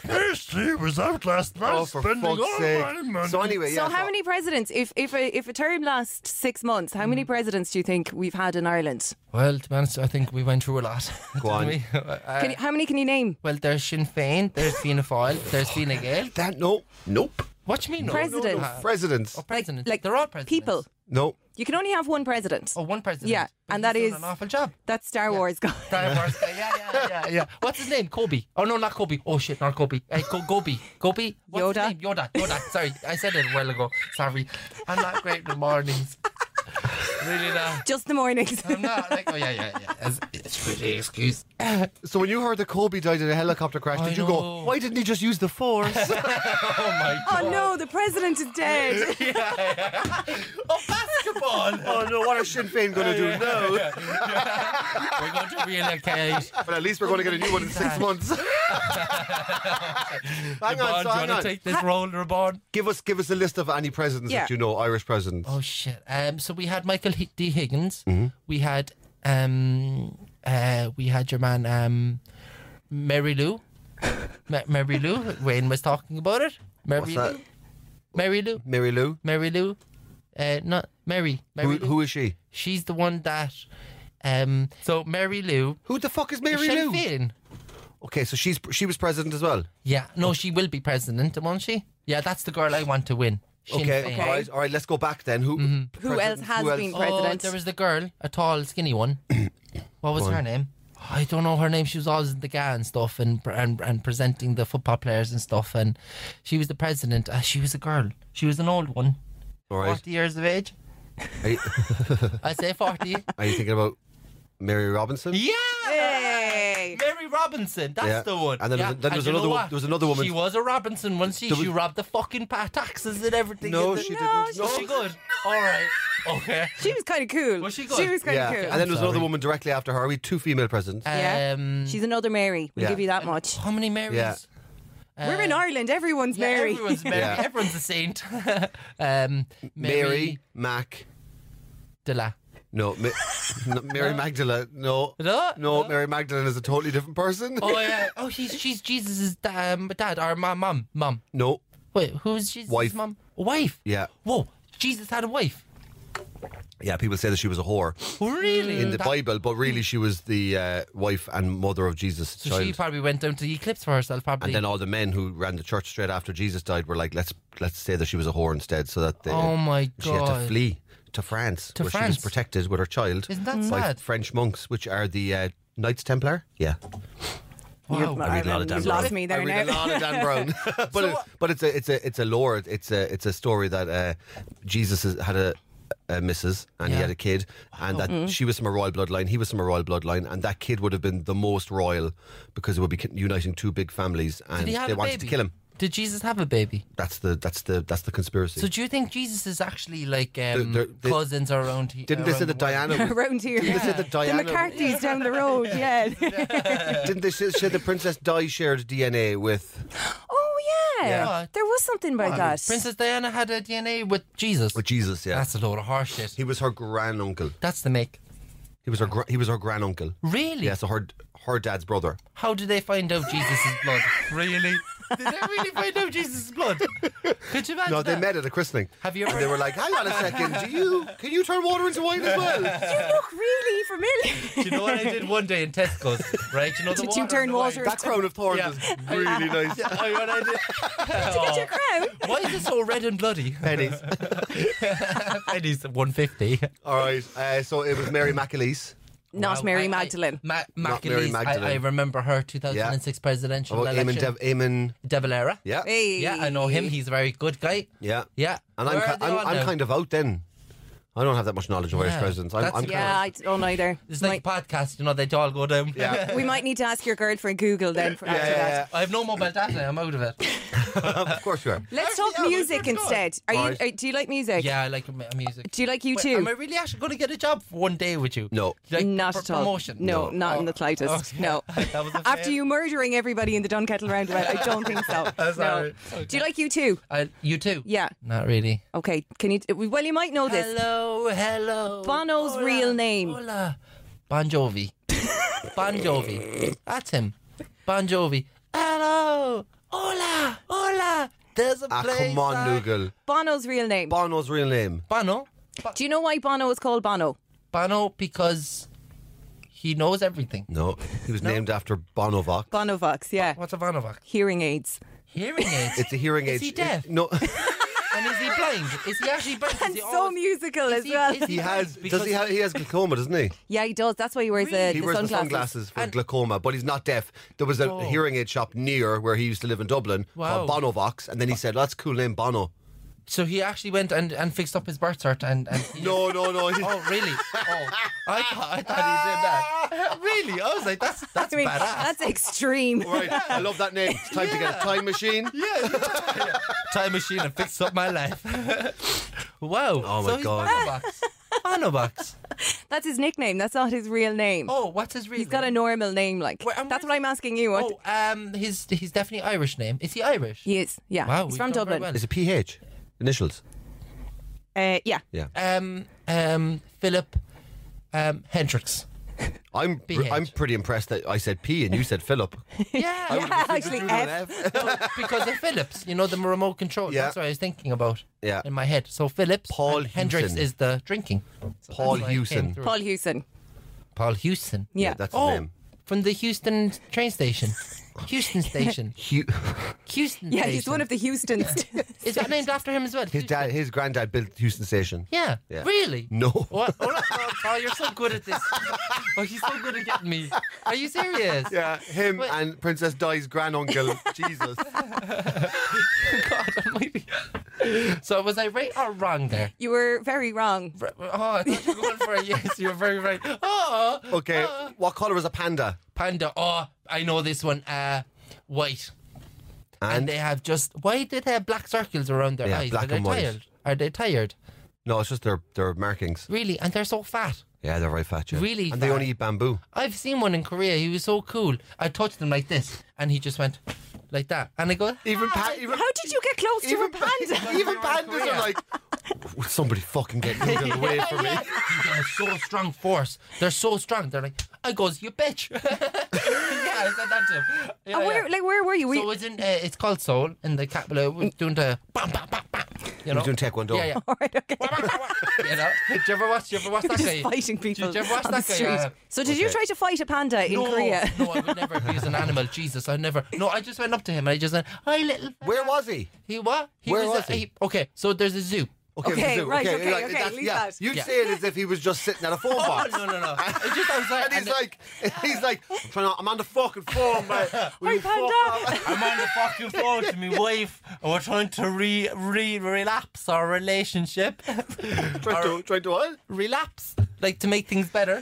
Yes, she was out last night
Oh, for
spending
fuck's
all
sake.
my money.
So anyway, yeah.
so how many presidents? If if a, if a term lasts six months, how many presidents do you think we've had in Ireland?
Well, to be honest, I think we went through a lot.
Go on.
didn't we? Uh,
Can you, how many can you name?
well, there's Sinn Féin, there's Fianna Fáil, there's Fianna Gael.
That no, nope.
What do you mean? no?
President.
No, no,
Uh,
Presidents,
Oh, presidents.
like
they're all presidents.
People.
no.
You can only have one president.
Oh, one president.
Yeah,
But
and
he's
that
doing
is-
an awful job.
That's Star Wars guy.
Brian Morris. Yeah, yeah, yeah, yeah. What's his name? Kobe. Oh no, not Kobe. Oh shit, not Kobe. Hey, Go- Gobi. Gobi. What's
Yoda.
His name? Yoda. Yoda. Sorry, I said it a while ago. Sorry, I'm not great in the mornings. really not.
Just the mornings.
I'm not like oh yeah, yeah, yeah. It's, it's really excuse. Oh,
So when you heard that Colby died in a helicopter crash,
I
did you
know.
go? Why didn't he just use the force?
Oh my god.
Oh no, the president is dead.
Oh basketball.
oh no, what are Sinn Féin going to do now?
We're going to relocate.
But at least we're going to get a new one in six months. hang on, so
Bond, do you
hang
want
on.
to take this role, Reborn?
Give us give us a list of any presidents
Yeah.
that you know, Irish presidents.
Oh shit. Um, so we had Michael H- D Higgins.
Mm-hmm.
We had um, uh, we had your man um, Mary Lou. Ma- Mary Lou. Wayne was talking about it. Mary
What's
Lou.
that?
Mary Lou.
Mary Lou.
Mary Lou. Uh, not Mary. Mary
Who,
Lou.
who is she?
She's the one that. Um, so Mary Lou.
Who the fuck is Mary
Sinn
Lou?
Féin.
Okay, so she's she was president as well.
Yeah. No, she will be president, won't she? Yeah, that's the girl I want to win. Sinn
Okay,
Féin.
all right, all right. Let's go back then. Who
Who else
presidents,
has
who
been
Oh,
president?
there was the girl, a tall, skinny one. what was her name? I don't know her name. She was always in the GA and stuff, and and and presenting the football players and stuff. And she was the president. Uh, she was a girl. She was an old one,
All right.
forty years of age.
Are you,
I say forty.
are you thinking about Mary Robinson?
yeah.
Hey.
Mary Robinson, that's
Yeah.
the one.
And then there
yeah.
was- then there was
you know
another one-
what?
there was another woman-
She was a Robinson, wasn't she?
There was-
She robbed the fucking pa- taxes and everything.
No,
and the-
she
No,
didn't.
she-
No.
Was she good? All right. Okay.
She was kind of cool.
Was she good?
She was kind
Yeah,
of cool.
and then there was another woman directly after her. We had two female presidents.
Yeah.
Um,
She's another Mary. We'll
Yeah.
give you that much.
how many Marys?
Yeah.
We're in Ireland. Everyone's
Yeah,
Mary.
Everyone's Mary.
Yeah.
Everyone's a saint. um,
Mary,
Mary
Mac.
de la.
No, Ma- no, Mary Magdalene. No,
No?
no, Mary Magdalene is a totally different person.
Oh yeah. Oh, she's she's Jesus's da- um, dad or mom, mom, mom.
No,
Wait, who's Jesus'
Wife.
mom? Wife.
yeah,
Whoa, Jesus had a wife.
yeah. People say that she was a whore
Really?
in the
That-
Bible, but really she was the uh, wife and mother of Jesus'
So
child.
she probably went down to the eclipse for herself. Probably.
and then all the men who ran the church straight after Jesus died were like, let's let's say that she was a whore instead, so that they,
oh my
she had to
god.
flee to France,
To
where she
France.
was protected with her child
Isn't that
by
sad?
French monks, which are the uh, Knights Templar. Yeah.
Wow.
I read a lot of Dan
You've
Brown.
lost me there
I read a
now.
lot of Dan Brown, but it, but it's a it's a it's a lore. It's a it's a story that uh, Jesus has- had a. A missus, and he
Yeah.
had a kid, and that
Mm-hmm.
she was from a royal bloodline. He was from a royal bloodline, and that kid would have been the most royal because it would be con- uniting two big families, and
Did he have
they
a
wanted
baby?
to kill him.
Did Jesus have a baby?
That's the that's the that's the conspiracy.
So do you think Jesus is actually like um,
They're- they're- they-
cousins around here?
didn't they say that Diana? Was,
Around here.
didn't they say that
The
Diana?
McCarthy's down the road, yeah.
Didn't they say, say the Princess Di shared DNA with
oh, yeah.
Yeah.
There was something about that.
Princess Diana had a DNA with Jesus.
with Jesus? Yeah,
That's a load of horse shit.
he was her grand uncle.
That's the make.
He was her gra- he was her grand uncle.
Really?
Yeah, so her her dad's brother.
How do they find out Jesus' blood? really? Did they really find out Jesus' blood? Could you imagine?
No, they
that?
met at a christening.
Have you
And
ever-
they were like, "Hang on a second, do you can you turn water into wine as well?"
You look really familiar.
Do you know what I did one day in Tesco's? Right? Do you know the
Did you
water
turn
and the wine?
water?
that crown of thorns is really nice.
Yeah, oh, you know what I did? Oh.
Get your crown.
Why is it so red and bloody? Pennies. Pennies at 150.
All right, uh, so it was Mary McAleese.
Not
Wow,
Mary
I- I-
Magdalene.
Ma-
Not Mary
McAleese,
Magdalene.
I, I remember her 2006 presidential
About Eamon,
election.
Dev- Eamon,
De Valera.
yeah,
Hey.
Yeah, I know him. He's a very good guy.
yeah,
Yeah.
And I'm,
Where
ki-
are they
I'm,
on
I'm
now?
kind of out then. I don't have that much knowledge of Irish
Yeah,
presidents. I'm,
that's-
I'm
Yeah, I don't either.
It's like a podcast, you know, they all go down.
kind of, yeah.
we might need to ask your girlfriend Google then for after that.
yeah,
I have no mobile data. I'm out of it.
of course you are.
Let's
Actually,
talk
yeah,
music
let's go.
instead. Are
Right.
you? uh do you like music?
Yeah, I like m- music.
Do you like you
Wait,
too?
Am I really actually going to get a job for one day with you?
No.
Like,
not
pr-
at all.
Promotion? Oh,
No, not in the slightest.
Okay.
No.
That was a
After
fail.
you murdering everybody in the Dunkettle roundabout, I don't think so. no.
sorry.
Do you like you too?
I, you too?
Yeah.
Not really.
Okay. Can you? Well, you might know this.
Hello, hello.
Bono's real name.
Hola. Bon Jovi. bon Jovi. That's him. Bon Jovi. Hello. Hola, hola. There's a
Ah,
place.
come on,
I-
Dougal.
Bono's real name.
Bono's real name.
Bono.
Do you know why Bono is called Bono?
Bono because he knows everything.
No, he was named after Bonovox.
Bonovox, yeah.
What's a Bonovac?
Hearing aids.
Hearing aids.
it's a hearing aid.
Is he deaf?
no,
and is he blind? Is he actually blind?
And
is he
so
always-
musical
is
as
he-
well.
is
he has.
blind?
Does he
Because-
have? He has glaucoma, doesn't he?
Yeah, he does. That's why he wears uh,
He
the,
wears the
sunglasses.
sunglasses for glaucoma, but he's not deaf. There was a hearing aid shop near where he used to live in Dublin
Wow.
called Bonovox, and then he said, "That's a cool name, Bono."
So he actually went and, and fixed up his birth cert and. and he-
No, no, no. he-
Oh really? Oh, I thought I thought he did that. Really? I was like, that's that's
I mean,
badass.
that's extreme.
Right, I love that name. It's time to get a time machine.
time machine and fixed up my life. wow.
Oh, my
so he's
God.
Bonobox. Bonobox.
That's his nickname. That's not his real name.
Oh, what's his real
He's got a
name?
normal name, like.
Wait, and
That's
where's-
what I'm asking you. What?
Oh, um, his he's definitely Irish name. Is he Irish?
He is. Yeah.
Wow,
He's
we've
from
done very
Dublin.
Is it PH? Initials.
Uh, yeah.
Yeah.
Um, um, Philip, um, Hendricks.
I'm
PH.
I'm pretty impressed that I said P and you said Philip.
Yeah,
Actually, F.
because of Phillips, you know the remote control.
Yeah.
That's what I was thinking about.
Yeah.
in my head. So Phillips,
Paul
and Hendricks
Hewson.
is the drinking. So
Paul
that's why it came
Hewson.
through.
Paul Hewson.
Paul Houston.
Yeah.
Yeah, that's his
Oh,
name.
from the Houston train station. Houston station.
Hugh,
Houston.
yeah,
station.
he's one of the Houstons.
Is that named after him as well?
his dad, his granddad built Houston Station.
Yeah.
Yeah.
Really?
No.
What? Oh, no, no, Paul, you're so good at this. Oh, you're so good at getting me. Are you serious?
Yeah, him
Wait.
and Princess Di's granduncle, Jesus.
God almighty. So was I right or wrong there?
you were very wrong.
Oh, I thought you were going for a yes. You're very right. Oh,
Okay, what colour is a panda?
panda. Oh, I know this one. Uh, white. And,
And
they have just. Why do they have black circles around their
Yeah,
eyes?
black
Are they
and white.
tired? Are they tired?
no, it's just their their markings.
Really? And they're so fat.
Yeah, they're very fat. Yeah.
Really
and they
fat.
only eat bamboo.
I've seen one in Korea. He was so cool. I touched him like this, and he just went like that. And I go,
Even pa- even
How did you get close to a panda?
even pandas are like. Will somebody fucking get Google away from me?
They're so strong force. They're so strong. They're like, I goes, you bitch. yeah, I said that to him. Yeah,
And Oh, where,
yeah.
like, where were you? We,
so it's in, uh, it's called Seoul in the capital. We're doing the bam, bam, bam, bam. You know,
doing Taekwondo.
Yeah, yeah. Wah, wah, wah, wah. you know, did you ever watch? Did you ever watch that
just
guy?
fighting
Did you
people
ever watch
on the
that guy?
street.
Uh,
so did you try to fight a panda in
no,
Korea?
no, I would never abuse an animal. Jesus, I never. No, I just went up to him and I just went, "Hi, little." fella."
Where was he?
He what? He
Where
was,
was he?
Okay, so there's a zoo.
Okay,
zoo,
right, okay, okay,
that's-
leave
yeah.
that.
You'd
Yeah.
say it as if he was just sitting at a phone box.
Oh, no, no, no. It's just outside.
And he's like, he's like, I'm, trying to, I'm on the fucking phone, mate. Will you fuck
panda.
off?
I'm on the fucking phone to my wife, and we're trying to re re relapse our relationship.
Trying to, trying to what?
relapse, like to make things better.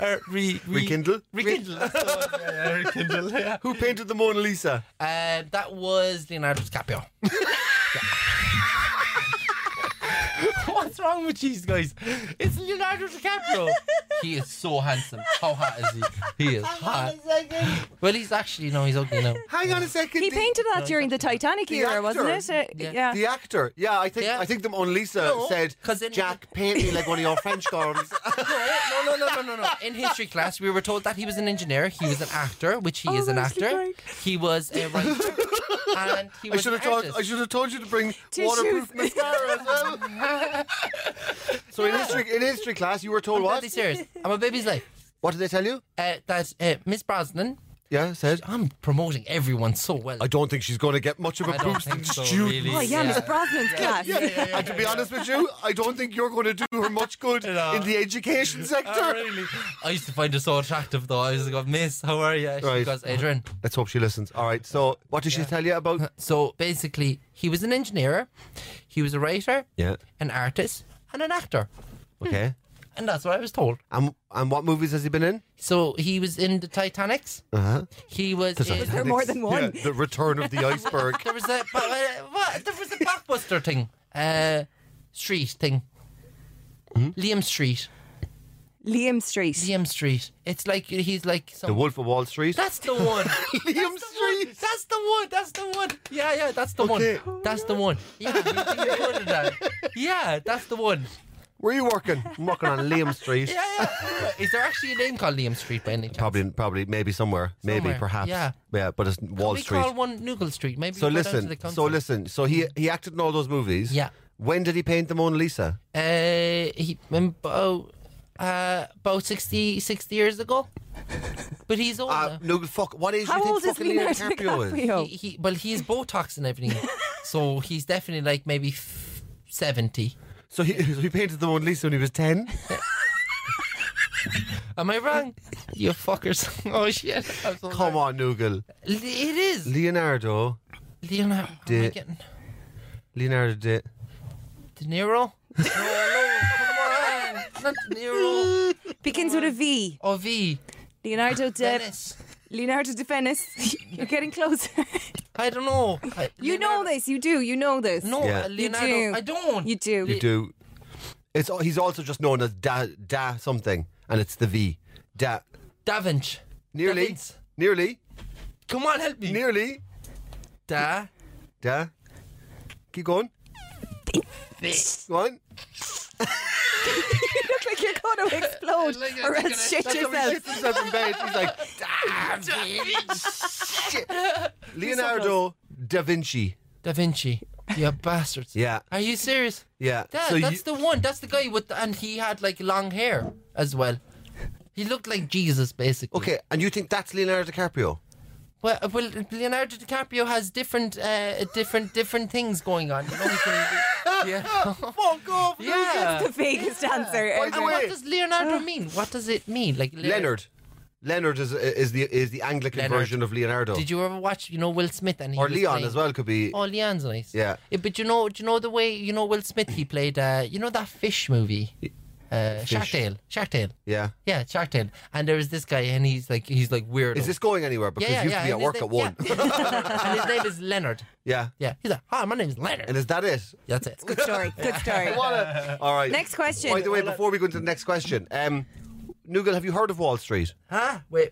Or Uh, re, re-
Rekindle?
Rekindle. that's the one, yeah, yeah, rekindle. Yeah.
Who painted the Mona Lisa?
Uh, that was Leonardo DiCaprio. What's wrong with these guys? It's Leonardo DiCaprio. he is so handsome. How hot is he? He is hot. Well, he's actually no, he's ugly now.
Hang on a second.
he
the-
painted that during the Titanic
the
era, wasn't it?
actor-
Uh,
Yeah.
yeah.
The actor, yeah, I think
Yeah.
I think the Mona Lisa
No,
said,
'cause in-
"Jack, paint me like one of your French girls."
No, no, no, no, no, no. In history class, we were told that he was an engineer, he was an actor, which he is an
honestly,
actor.
Greg.
He was a writer, and he
I
was.
should
an
have told
artist.
I should have told you to bring
Tissues.
waterproof mascara as well. so in history in history class, you were told
I'm
what?
deadly serious. I'm a baby's life.
What did they tell you?
Uh, that uh, Miss Brosnan.
Yeah, said
I'm promoting everyone so well.
I don't think she's going to get much of a boost in students.
Oh, yeah, Miss Brosnan's class.
Yeah, and to be honest with you, I don't think you're going to do her much good
No.
in the education sector.
Uh, really? I used to find her so attractive though. I was like, Miss, how are you? She
Right.
goes, Adrian.
Let's hope she listens. All right. So, what did she tell you about?
So basically, he was an engineer, he was a writer,
Yeah.
an artist, and an actor. Hmm.
Okay.
And that's what I was told.
And and what movies has he been in?
So he was in the Titanics.
Uh-huh.
He was. in-
there more than one?
the Return of the Iceberg.
there was a but, uh, what? There was a blockbuster thing, uh, street thing.
Hmm?
Liam Street,
Liam Street.
Liam Street. It's like he's like some,
the Wolf of Wall Street.
That's the one.
Liam
That's the one.
Street.
That's the one. That's the one. Yeah, yeah. That's the
Okay.
one. That's the one. Yeah, you- you recorded that. yeah, that's the one.
Where are you working? I'm working on Liam Street.
Yeah, yeah. Is there actually a name called Liam Street by any chance?
Probably, probably, maybe somewhere, maybe,
Somewhere,
perhaps.
yeah.
yeah, but it's Wall
we
Street.
call one Newgall Street. Maybe
So
we go down to
listen,
the country.
so listen, so he he acted in all those movies.
Yeah.
When did he paint the Mona Lisa?
Uh, he um, about uh, about 60, 60 years ago, but he's old.
Uh, no, fuck. What age do
How
you think
old is
fucking Leonardo
Leonardo
DiCaprio is?
now.
DiCaprio?
He, he well, he's Botox and everything, so he's definitely like maybe f- seventy.
So he, so he painted the Mona Lisa when he was ten.
Am I wrong? you fuckers! Oh shit! I'm so
Come on, Nugel.
sorry. L- It is
Leonardo,
Leonardo. am I
Di-
getting-
Leonardo did.
De Niro. No, no, come on, not De Niro.
Begins with a V.
Oh, V.
Leonardo de
Dennis.
Leonardo de Venice. You're getting closer.
I don't know. I-
you know
Leonardo-
this. You do. You know this.
No,
Yeah.
uh, Leonardo.
You do.
I don't.
You do.
You do. It's al- he's also just known as Da Da something, and it's the V. Da
Da Vinci.
nearly,
Da Vinci. E.
nearly,
Come on, help me.
nearly.
Da
Da. Keep going. Go on.
look like you're going to explode
Like,
or
I'm gonna-
else shit
that's
So he
yourself.
shits himself in bed. He's like, Leonardo da Vinci.
Da Vinci. You bastards.
Yeah.
Are you serious?
Yeah.
Dad,
so
that's
you,
the one. That's the guy with, and he had like long hair as well. He looked like Jesus, basically.
okay, and you think that's Leonardo DiCaprio?
Well, uh, well Leonardo DiCaprio has different, uh, different, different things going on. You know, he can, yeah.
Fuck off.
yeah.
the vaguest answer
By
ever.
the
And
way,
what does Leonardo mean? What does it mean? Like Leonardo-
Leonard. Leonard is is the is the Anglican
Leonard.
version of Leonardo.
Did you ever watch, you know, Will Smith and he
or
was
Leon
playing-
as well could be.
Oh, Leon's nice.
Yeah.
but you know, do you know the way you know Will Smith? He played, uh, you know that fish movie, uh, Shark
Fish.
Tale. Shark Tale.
Yeah.
Yeah, Shark Tale. And there was this guy, and he's like, he's like weird.
Is this going anywhere? Because you used to be at work at one. Yeah.
and his name is Leonard. Yeah, he's like, hi, my name is Leonard.
And is that it?
That's it.
Good story. Good story.
What a- All right.
Next question.
By the way, before we go into the next question, um, Nugel, have you heard of Wall Street?
Huh? Wait.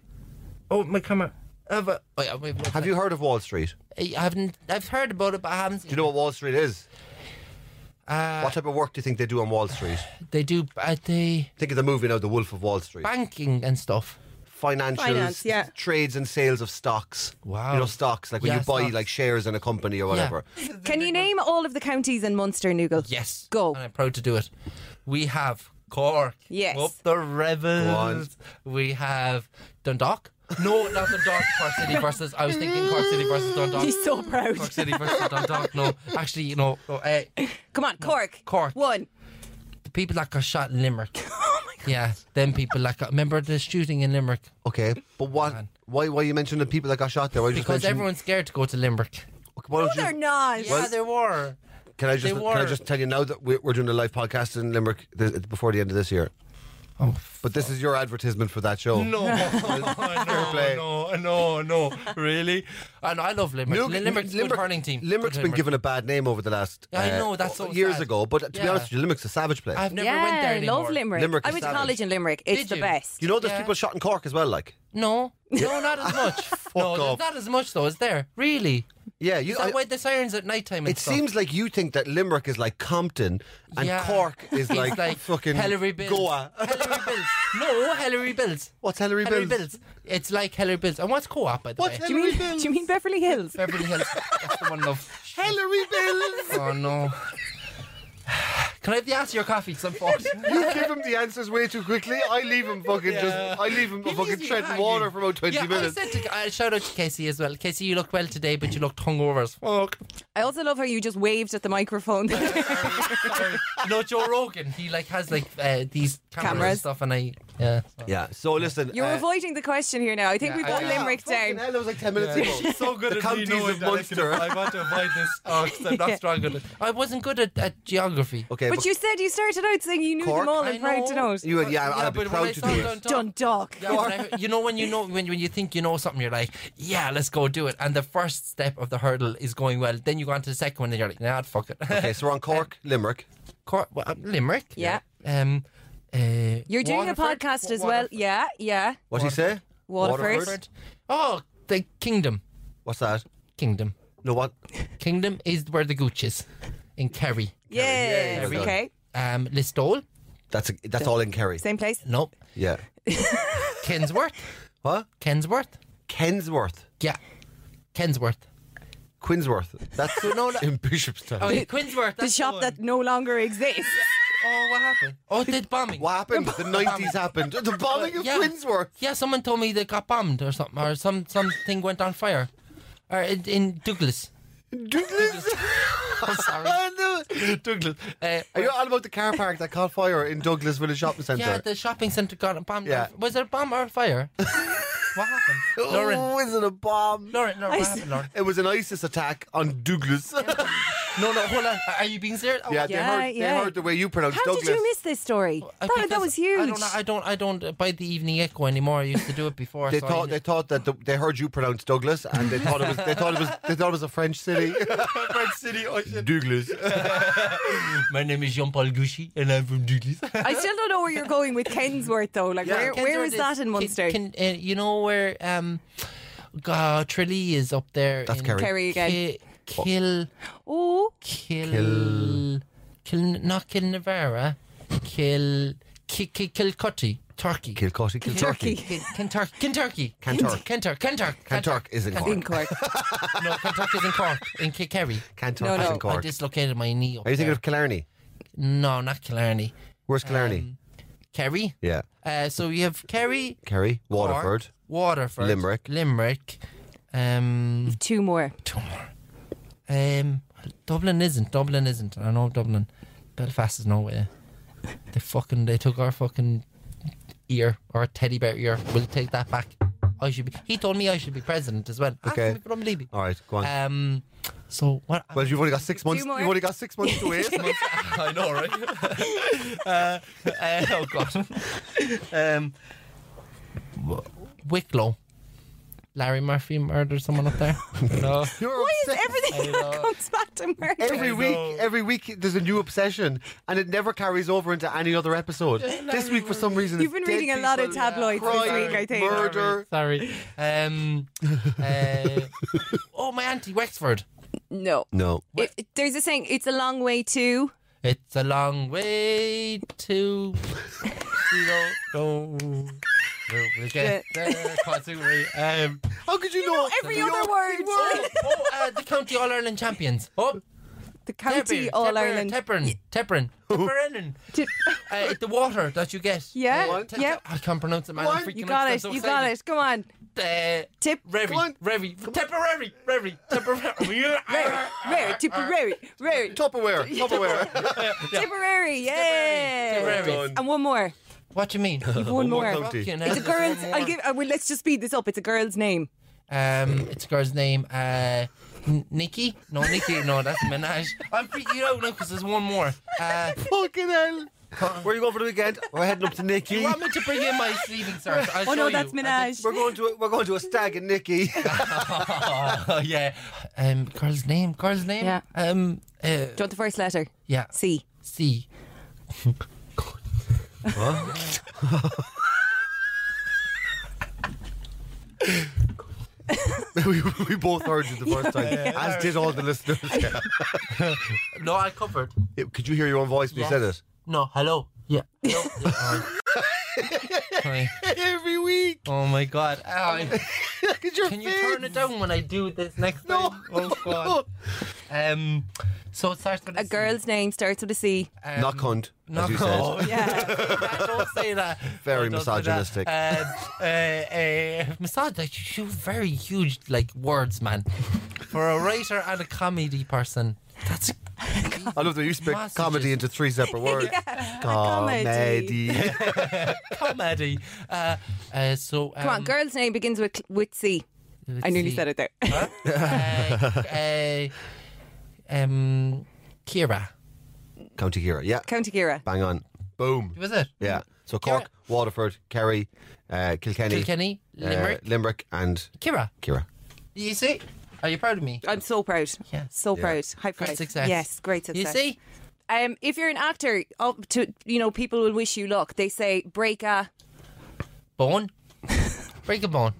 Oh, my camera. Have a, oh, yeah, wait, wait,
Have you heard of Wall Street?
I haven't. I've heard about it, but I haven't. Seen
Do you know what Wall Street is?
Uh,
what type of work do you think they do on Wall Street?
it. They do. Uh, they
Think of the movie now, The Wolf of Wall Street.
banking and stuff.
Financials,
Finance, yeah.
trades and sales of stocks.
Wow.
You know, stocks, like when
Yeah,
you buy
stocks.
like shares in a company or whatever.
Can you name all of the counties in Munster, Nugel?
Yes.
Go.
And I'm proud to do it. We have Cork.
Yes.
Up the
Go on.
Rebels. We have Dundalk. No, not Dundalk. Cork City versus. I was thinking Cork City versus Dundalk.
He's so proud.
Cork City versus Dundalk. No, actually, you know, oh, eh,
Come on, Cork.
Cork.
One.
the people that got shot in Limerick. Yeah, them people that got. Remember the shooting in Limerick?
Okay, but what? Why? Why you mentioning the people that got shot there? Why don't you just
Because
mention-
everyone's scared to go to Limerick.
Why don't
Oh,
No,
you just-
they're not.
Yeah, there were.
Can I just
They
can I
were.
just tell you now that we're, we're doing a live podcast in Limerick th- before the end of this year?
Oh,
But this is your advertisement for that show.
No,
play.
no, no, no, no, really. And I love Limerick.
Nug-
Limerick's a good
Limerick-
hurling team.
Limerick's
Good
been given a bad name over the last. uh,
I know, that's so
years
sad.
ago. But to be
Yeah.
honest with you, Limerick's a savage place.
I've never
yeah,
went there anymore.
love Limerick.
Limerick
I
is
went to
savage.
college in Limerick. It's
Did
the
you?
best.
you know, there's
Yeah.
people shot in Cork as well. Like,
No, no, not as much. no, there's
off.
not as much though. Is there really?
yeah, you.
Is that
I-
why the sirens at night time?
it seems like you think that Limerick is like Compton and
Yeah.
Cork is
It's
like,
like
fucking
Hillary Bills.
Goa.
Hillary Bills. No, Hillary Bills.
What's Hillary
Hillary
Bills?
Bills. It's like Hillary Bills. And what's co-op by the
What's
way?
Do you, mean,
Hillary Bills?
do you mean Beverly Hills?
Beverly Hills. That's the one love.
Hillary Bills.
Oh no. Can I have the answer to your coffee? Some
You give him the answers way too quickly. I leave him fucking just. I leave him fucking treading water for about twenty
yeah,
minutes.
I said to, I shout out to Casey as well. Casey, you looked well today, but you looked hungover as fuck.
I also love how you just waved at the microphone.
you know, Joe Rogan, he like has like uh, these cameras, and
Cameras.
stuff, and I yeah. so-
yeah. So listen.
You're
uh,
avoiding the question here now. I think
yeah,
we've
I
got
am.
Limerick
Fucking
down.
hell, that was like ten minutes ago.
She's so good
The
at me
counties
knowing
of
that I can-
Munster.
I want to avoid this. Oh, 'cause I'm not strong at it. I wasn't good at, at geography.
Okay,
But you said you started out saying you knew
Cork?
them all
I
and proud to
know.
know it.
You, yeah, I'll be
but when I
proud to do
saw
it.
Dundalk-
Dundalk.
Yeah, when I- you know when you know when, when you think you know something, you're like, yeah, let's go do it. And the first step of the hurdle is going well. Then you go on to the second one, and you're like, nah, fuck it.
Okay, so we're on Cork, Limerick.
Cor- well, uh, Limerick.
Yeah.
Um, uh,
You're doing
Waterford?
a podcast
Wa-
as well.
Waterford.
Yeah, yeah.
What did he say?
Waterford.
Oh, the kingdom,
What's that?
kingdom,
No, what?
kingdom is where the gooch is in Kerry.
Yeah.
yeah, yeah.
Okay.
Um, Listowel.
That's a, that's all in Kerry.
Same place?
Nope.
Yeah.
Kensworth.
What?
Kensworth.
Kensworth.
Yeah. Kensworth.
Quinsworth. That's no, in Bishopstown.
Oh, yeah, Quinsworth.
The
that's
shop
one.
that no longer exists.
Oh, what happened? Oh, did bombing.
What happened? The nineties happened. The bombing of
Yeah.
Quinsworth.
Yeah, someone told me they got bombed or something, or some something went on fire, or in, in Douglas.
Douglas. Oh, no. Douglas.
Uh,
Are you all about the car park that caught fire in Douglas Village Shopping Centre?
yeah, the shopping centre got bombed.
Yeah.
Was it a bomb or a fire? what happened, Lauren?
oh, is it a bomb?
Lauren, Lauren,
I
what
s-
happened, Lauren?
It was an ISIS attack on Douglas.
No, no, hold on. Are you being serious? Oh,
yeah, they,
Yeah,
heard,
yeah.
they heard the way you pronounced
How
Douglas.
did you miss this story?
I-
that, that
because
was huge.
I don't, know- I don't, I don't uh, buy the evening echo anymore. I used to do it before.
they
so I
thought
knew-
they thought that the, they heard you pronounce Douglas, and they thought it was they thought it was they thought it was a French city. French city, Douglas.
My name is Jean Paul Gouchy, and I'm from Douglas.
I still don't know where you're going with Kensworth though. Like, where, where is that in Munster?
Can, can, uh, you know where um, God, Tralee is up there.
That's
in
Kerry.
Kerry again.
Ki- kill,
oh,
kill, kill, not kill Navarra, kill, ki, ki, Kilcutty, Turkey.
Kilcotty, Kilturkey.
Turkey.
Ki- Kentucky, Kentucky,
Kenturk.
Kentuck, Kentuck,
Cantork is in
in
Cork.
Cork.
No, Kentuck is in Cork, in Ki- Kerry.
Cantork
No,
is
no.
in
I
Cork.
dislocated my knee. Up
Are you thinking
there.
of Killarney?
No, not Killarney.
Where's Killarney?
Um,
Kerry.
yeah,
Uh, so you have Kerry,
Kerry,
Cork,
Waterford.
Waterford,
Limerick.
Limerick. Um,
Two more.
two more. Um, Dublin isn't. Dublin isn't. I know Dublin. Belfast is nowhere. They fucking they took our fucking ear our teddy bear ear. We'll take that back. I should be. He told me I should be president as well. Ask
Okay.
him if I'm leaving.
All right, go on.
Um, so what?
well, you've only got six months.
Uh, more.
You've only got six months to wait.
I know, right? uh, uh, oh God. um, Wh- Wicklow. Larry Murphy murdered someone up there. no.
You're
Why is
obsessed.
everything
I know.
that comes back to murder?
Every week, every week, there's a new obsession, and it never carries over into any other episode. This week, for some reason, it's
You've been
dead
reading a lot of
people,
tabloids this
crime,
week, I think.
murder.
Sorry. Um, uh, oh, my auntie Wexford.
No.
No,
It- it- there's a saying, it's a long way to.
It's a long way to. You don't know. We'll we'll get there. quite soon, we- Um,
how could you, know,
Every
the
other word.
oh, oh, uh, the County All Ireland champions. Oh,
the county
Tepper,
All
Tepper,
Ireland.
Tepperin, Tepperin, Tepperin. uh, the water that you get.
Yeah,
Uh, te-
yeah.
I can't pronounce it, man. I'm freaking
You
out,
got
I'm
it.
so
You got
excited.
it. Come on.
Uh,
Tip.
Come on.
Revy, Revy, Tepperary, Revy, Tepperary.
Rare, Tipperary, rare,
Tupperware, Tupperware.
Tipperary, yeah.
Tipperary.
And one more.
What do you mean?
more
One more.
county.
Fucking
It's a
hell.
girl's. I'll give. I will, let's just speed this up. It's a girl's name.
Um, it's a girl's name. Uh, N- Nikki? No, Nikki. No, that's Minaj. I'm freaking out now because there's one more. Uh,
Fucking hell. Where are you going for the weekend? We're heading up to
do you
Nicky.
want me to bring in my sleeping serve? I'll
Oh
show
no,
you.
that's Minaj.
We're going to a, we're going to a stag in Nicky.
oh yeah. Um, girl's name. Girl's name.
Yeah.
Um. Uh,
Do you want the first letter?
yeah.
C.
C.
we, we both heard you the first time, as did all the listeners.
No, I covered.
Yeah, Could you hear your own voice when you said it?
No, hello. Yeah. Hello. Hi.
Every week.
Oh my god. Ow.
Look at your
Can you
face.
turn it down when I do this next
No.
time? Oh god. Um so it starts with
A
C.
girl's name starts with a C.
Um,
Knock hunt, as
knock
you said.
on.
Yeah.
Yeah, don't say that.
Very
Don't say that.
misogynistic.
Um, uh, uh, misog- like, you very huge like words, man. For a writer and a comedy person, that's
I love that you split
Massages.
comedy into three separate words.
Yeah,
comedy.
comedy. Uh, uh, so um,
Come on, girl's name begins with with C. I nearly said it there.
Uh, uh, um, Kira,
County Hero. Yeah.
County Kira.
Bang on. Boom.
was it?
Yeah. So Cork, Waterford, Kerry, uh, Kilkenny,
Kilkenny,
uh,
Limerick,
Limerick, and
Kira.
Kira.
You see? Are you proud of me?
I'm so proud.
Yeah.
So
Yeah.
proud. High
Great
praise.
success.
Yes, great
You
success.
see?
Um, if you're an actor, up to you know, people will wish you luck. They say break a
Bone. Break a bone.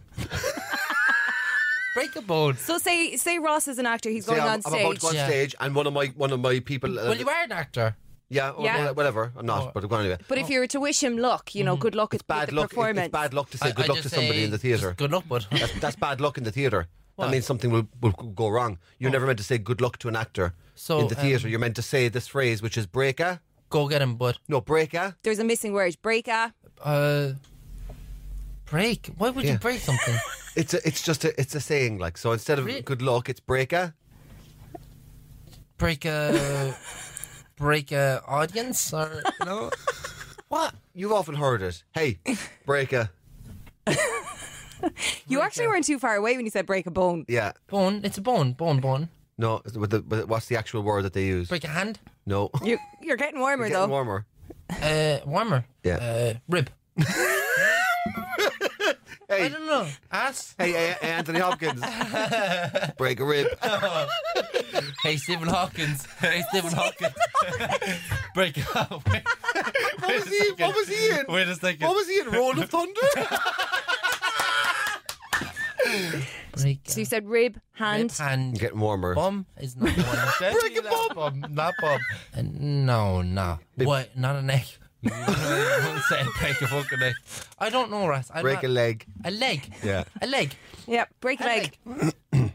Break a bone.
So say say Ross is an actor, he's
See,
going
I'm,
on
I'm about to
stage.
go on
Yeah.
stage, and one of my one of my people. uh,
Well, you are an actor.
Yeah, or
Yeah.
wha- whatever. I'm not, but go on anyway.
But
Oh.
if you were to wish him luck, you know,
Mm-hmm.
good luck
It's
with, with
bad
the
luck. it-
performance.
It's bad luck to say
I-
good
I
luck to
just
somebody
say
in the theatre.
just Good luck, bud.
That's, that's bad luck in the theatre. That
What? Oh.
means something will, will go wrong. You're never meant to say good luck to an actor
So,
in the theatre.
um,
You're meant to say this phrase, which is breaker.
Go get him, bud.
No, breaker.
There's a missing word. Breaker.
Uh, break. Why would
Yeah.
you break something?
It's a, it's just a, it's a saying like so. Instead of
Re-
good luck, it's breaker.
break a break a audience or no? What?
You've often heard it. Hey, breaker.
You actually weren't too far away when you said break a bone.
Yeah.
Bone? It's a bone. Bone. Bone.
No. With the, with, what's the actual word that they use?
Break a hand.
No.
You, you're getting warmer
Getting
though.
warmer.
Uh, warmer.
Yeah.
Uh, rib. I
Hey,
don't know. Ass.
hey, hey, hey, Anthony Hopkins. Break a rib.
Hey, Stephen Hawkins. Hey, Stephen Hawkins. break it up. Wait,
What was he? What was he in?
wait a second.
What was he in? Roll of Thunder.
break
So you said rib, hand.
hand. hand.
Getting warmer.
Bum is not one. break a bum. Not bum. Uh, no, no. What? Not a neck. You don't say break a fucking neck. I don't know, Ras. I'm
Break
not-
a leg.
A leg.
Yeah.
A leg.
Yep, break a leg.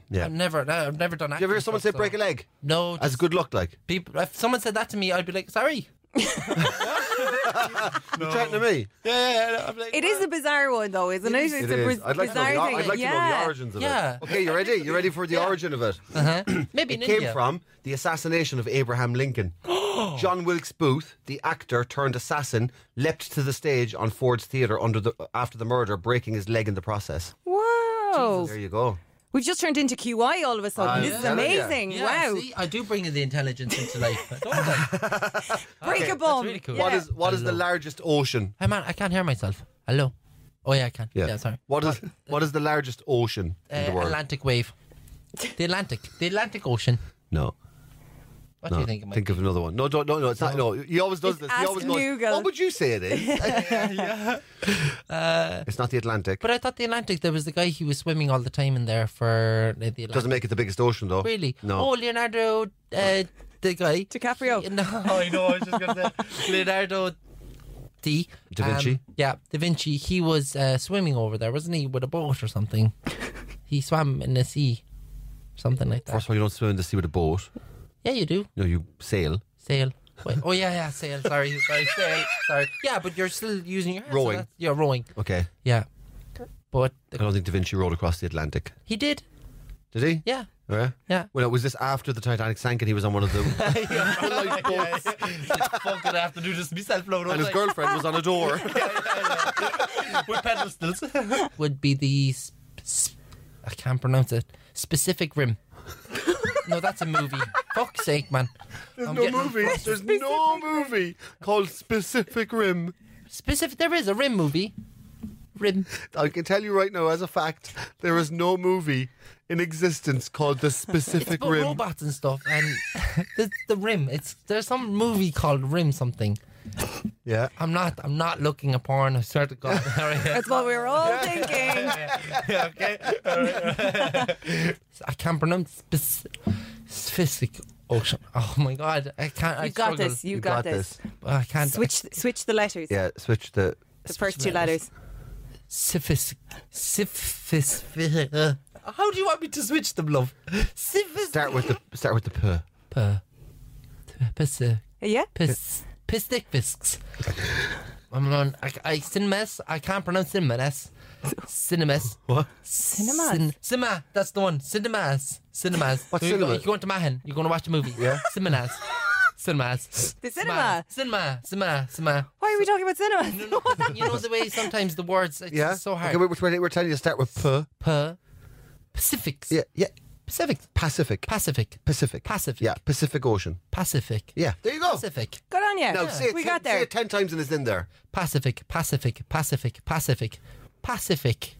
Yeah.
I've never, no, I've never done.
You ever hear someone say break a leg?
No.
As
just
good luck, like.
People, if someone said that to me, I'd be like, sorry.
You're chatting to me.
Yeah, yeah, yeah. I'm like,
It is a bizarre one though, isn't it? It's
It
a
is.
biz-
I'd like, to know,
bizarre
the,
thing.
I'd like
yeah.
to know the origins of
Yeah.
it. Okay, you ready? You ready for the origin of it?
Uh-huh. Maybe
It
in
came
India.
from the assassination of Abraham Lincoln. John Wilkes Booth, the actor turned assassin, leapt to the stage on Ford's Theatre under the, after the murder, breaking his leg in the process.
Whoa.
There you go.
We've just turned into QI all of a sudden.
I'm
this is
telling ya.
amazing.
Yeah,
wow.
see, I do bring in the intelligence into life. Don't I?
Break a bone.
really cool.
Yeah.
What is what is the largest ocean?
Hey man, I can't hear myself. Hello. Oh yeah, I can. Yeah, sorry.
What is what is the largest ocean in the
Uh,
world?
Atlantic wave. The Atlantic. The Atlantic Ocean.
No.
What
No,
do you think? It might
think
be?
of another one. No, don't, no, no, it's not. No, he always does this. He
Ask
always goes,
Dougal.
What would you say it is? it's not the Atlantic.
Uh, But I thought the Atlantic. There was the guy who was swimming all the time in there for uh, the Atlantic.
Doesn't make it the biggest ocean, though.
really. Oh,
No.
Leonardo. Uh, the guy.
DiCaprio.
No, I know. I was just gonna say Leonardo D. Um,
Da Vinci?
yeah, Da Vinci. He was uh, swimming over there, wasn't he, with a boat or something? he swam in the sea, something like that.
First of all, you don't swim in the sea with a boat.
yeah, you do
No, you sail.
sail. Wait, oh yeah, yeah, sail. Sorry, sorry, sail. Sorry. Yeah, but you're still using your hands. so
Rowing.
that's- yeah, rowing.
Okay.
Yeah, but
I
the,
don't think Da Vinci rowed across the Atlantic.
he did.
Did he? Yeah.
Yeah. Yeah.
Well, was this after the Titanic sank and he was on one of the.
It's fucking I have to do this myself now.
and his girlfriend was on a door.
with pedestals would be the sp- sp- I can't pronounce it specific rim. no, that's a movie. Fuck's sake, man. There's
no movie. There's no movie called Specific Rim.
Specific. There is a rim movie. Rim.
I can tell you right now, as a fact, there is no movie in existence called The
It's
Specific
about
Rim.
robots and stuff, and the, the rim. It's there's some movie called Rim something.
Yeah.
I'm not. I'm not looking at porn. I swear to God. All right.
That's what we were all thinking.
I can't pronounce spec- specific ocean. Oh my God. I can't. I
You got
struggle.
this. You got this.
I can't.
Switch switch the letters.
Yeah, switch the.
The first two letters.
Syphis. Syphis. How do you want me to switch them, love? Syphis.
Start with the start with the p.
Piss.
Yeah?
Piss. Pistic fisks. I'm on. I, I, cinemas. I can't pronounce cinemas. Cinemas.
What?
Cinemas.
Cin- cinema. That's the one. Cinemas. Cinemas.
What's
you
cinema?
Go, you're going to Mahan. You're going to watch a movie. Yeah. Cinemas. Cinemas.
The cinema.
Cinema. Cinema. Cinema.
Why are we talking about cinemas?
cinema. you know the way sometimes the words. It's
Yeah.
so hard.
Okay, we're, we're, we're telling you to start with p.
per Pacifics.
Yeah, yeah.
Pacific.
Pacific.
Pacific.
Pacific.
Pacific.
Yeah, Pacific Ocean.
Pacific.
Yeah, there you go.
Pacific.
Good on you.
Now say it.
we
ten,
got
Say
there.
it ten times and it's in there.
Pacific. Pacific. Pacific. Pacific. Pacific.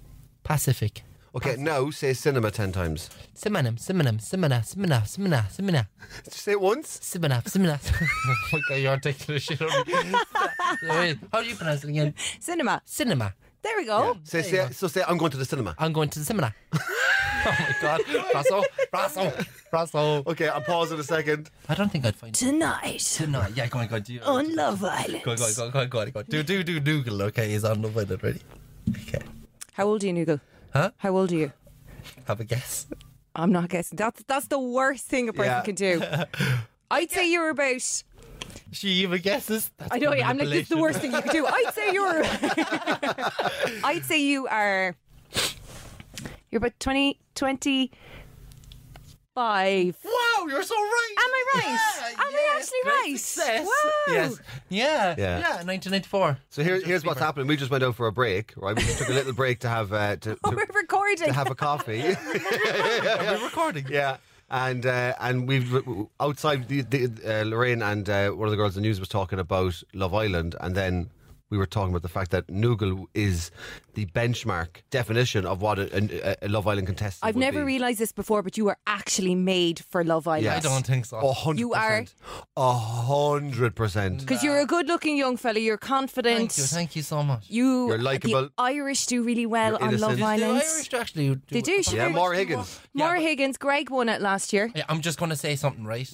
Pacific.
Okay, now say cinema ten times.
Simonim. Simonim. Simona. Simona. Simona. Simona.
Say it once.
Simona. Simona. oh my god, you're taking the shit on me. How do you pronounce it again?
Cinema.
Cinema.
Oh, There we go.
Say, say so. Say I'm going to the cinema.
I'm going to the cinema. Oh my god. Brasso, Brasso, Brasso.
Okay, I'll pause in a second.
I don't think I'd find it.
Tonight
No, yeah, go on, go on. Do you,
on Love Island.
Go on, go on, go on, go on, go on, go on. Do, do, do, Dougal, okay, he's on Love Island already. Okay,
How old are you, Nougal?
Huh?
How old are you?
have a guess.
I'm not guessing. That's that's the worst thing a person
Yeah.
can do. I'd say you're about.
She even guesses. That's
I know. yeah, I'm like this is the
manipulation.
worst thing you could do. I'd say you're. I'd say you are. You're about 20, 25. Am
Wow, you're so right.
I right? Am I actually right? Wow.
Yes.
Yeah.
Yeah. Yeah. 1994.
So here, here's what's happening. We just went out for a break, right? We just took a little break to have uh, to,
Oh,
to,
we're recording.
to have a coffee.
We're recording.
yeah. And uh, and we've outside the, the, uh, Lorraine and uh, one of the girls in the news was talking about Love Island, and then we were talking about the fact that Noogle is the benchmark definition of what a, a, a Love Island contestant.
I've
would
never
be.
realized this before, but you are actually made for Love
Yeah.
Island
I don't think so.
A hundred
You are-
percent. A hundred percent.
because you're a good-looking young fella. You're confident.
Thank you. Thank you so much.
You-
You're
the
likeable.
Irish do really well
You're
on Love
innocent.
The
Island.
Irish do actually do.
They do, sure.
Yeah,
How
Maura
much do you
Higgins.
Yeah,
Maura
but-
Higgins, Greg won it last year.
Yeah, I'm just going to say something, right?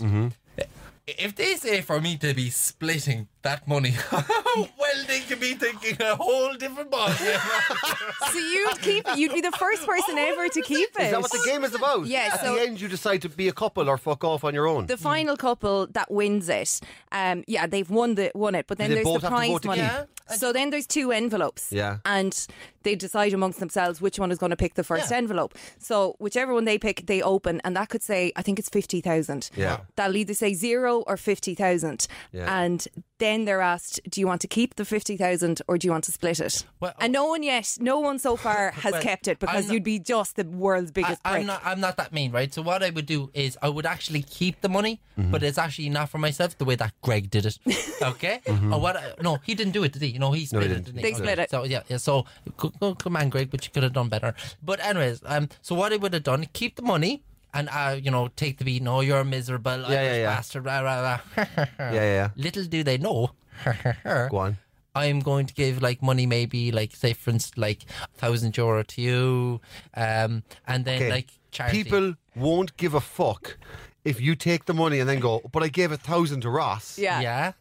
If they say for me to be splitting that money, well, they could be thinking a whole different ballgame.
so you'd keep it. You'd be the first person ever to keep it.
Is that what the game is about?
Yeah,
At
so-
the end, you decide to be a couple or fuck off on your own.
The final couple that wins it, um, yeah, they've won the won it, but then
They
there's
both
the
have to
prize
vote to
money.
keep.
Yeah.
So then there's two envelopes,
Yeah.
and they decide amongst themselves which one is going to pick the first
Yeah.
envelope. So whichever one they pick, they open, and that could say, I think it's fifty thousand.
Yeah.
that'll either say zero or fifty thousand,
Yeah.
and then they're asked, do you want to keep the fifty thousand or do you want to split it?
Well-
and no one yet, no one so far has
Well,
kept it
I'm
because
not-
you'd be just the world's biggest
I,
prick.
I'm not. I'm not that mean, right? So what I would do is I would actually keep the money,
Mm-hmm.
but it's actually not for myself. The way that Greg did it, okay? Or what? I, no, he didn't do it, did he? You know, he split
Mm-hmm. he
it.
didn't.
Didn't he?
They split it.
So yeah, yeah. So good, good, good man, Greg, but you could have done better. But anyways, um, so what I would have done, keep the money. And uh, you know, take the beat. No, you're a miserable Irish
yeah, yeah.
bastard. Rah, rah, rah.
yeah, yeah,
Little do they know.
Go on.
I'm going to give like money, maybe like say for instance, like thousand euro to you, um, and then
Okay.
like charity.
People won't give a fuck if you take the money and then go, but I gave a thousand to Ross.
yeah.
yeah,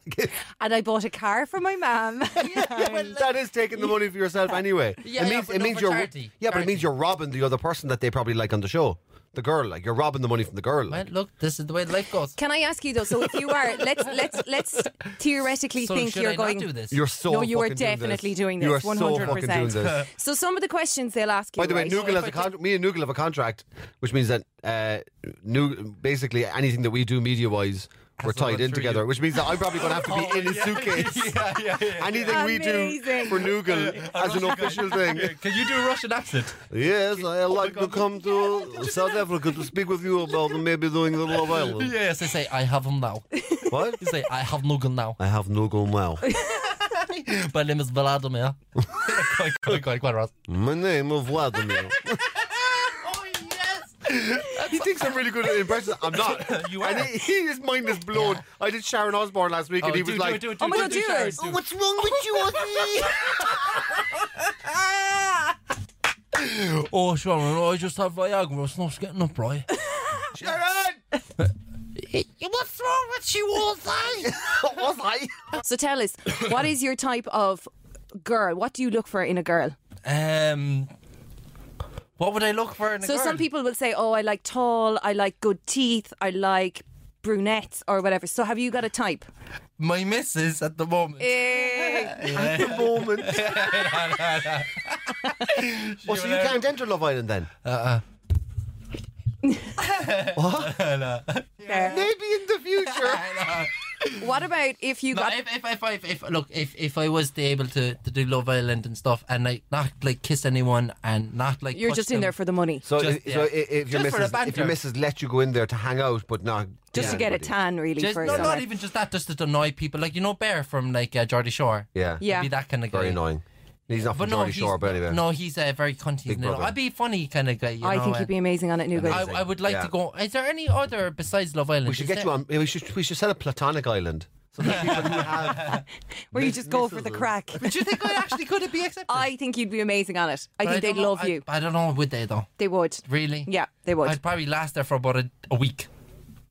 and I bought a car for my mum.
That is taking the money for yourself anyway.
Yeah,
it
yeah,
means,
but
it
no,
means
for
you're
charity.
yeah, but it means
Charity.
you're robbing the other person that they probably like on the show, the girl. Like you're robbing the money from the girl.
Well,
Like.
look, this is the way life goes.
Can I ask you though? So if you are, let's let's let's theoretically
so
think
should
you're
I
going.
not do this?
You're so
no, you are
fucking doing this.
definitely doing
You are
this. One hundred
so fucking doing this.
percent. So some of the questions they'll ask you.
By the way,
right?
Noogle has a con- me and Noogle have a contract, which means that uh, Noog- basically anything that we do media wise, we're
to go
tied in
through
together.
you. Oh,
Which means that I'm probably going to have to be in his suitcase.
yeah, yeah, yeah.
Anything we do
Amazing.
for Noogle as an official thing.
Can you do a Russian accent?
Yes, I'd like to come to South Africa to speak with you about maybe doing the Love Island.
Yes, I say I have him now.
What?
You say I have Nugan now.
I have Noogle now.
My name is Vladimir. go on, go on, go on, go on, Ross.
My name is Vladimir.
Oh,
He thinks I'm really good at impressions. I'm not.
You are.
And he, he- his mind is blown. I did Sharon Osbourne last week, and he
do,
was
do
like,
it, do it,
Oh my
do
God,
do
do
Sharon,
it.
do it.
"What's wrong with you, Ozzy?"
Oh, Sharon, I just had Viagra. It's not getting up, right?
Sharon,
What's wrong with you all day?
what was I?
So tell us, what is your type of girl? What do you look for in a girl?
Um, what would I look for in a
So
girl?
some people will say, "Oh, I like tall. I like good teeth. I like." Brunettes or whatever. So, have you got a type?
my missus at the
Eh.
moment.
At the moment. oh, so you can't enter Love Island then?
There.
Maybe in the future.
What about if you
No,
got?
if, if, if, I- if, if look, if, if I was to able to, to do Love Island and stuff, and like not like kiss anyone, and not like
You're
touch
just in
them-
there for the money,
So,
Just-
i- so i-
yeah.
if your
Just for
missus,
the
if your
banter.
missus let you go in there to hang out, but not
just to get a
anybody.
tan, really.
Just,
for
no,
summer.
not even just that, just to annoy people. Like you know, Bear from like uh, Geordie Shore.
Yeah.
Yeah.
He'd be that kind of guy.
Very annoying. He's not from
But no,
Geordie
he's,
Shore, but anyway.
no, he's uh, very cunty. isn't he?
brother.
I'd be funny kind of guy. You
I
know,
think
uh,
you'd be amazing on it, New
I, I would like
Yeah.
to go. Is there any other besides Love Island?
We should get you on. We should we should set up Platonic Island. So the people who have
Where you
miss-
just go for
misses
the
them-
crack.
But do you think I actually could it be accepted?
I think you'd be amazing on it. I
But
think
don't
they'd
know-
love
I-
you.
I don't know, would they though?
They would.
Really?
Yeah, they would.
I'd probably last there for about a, a week.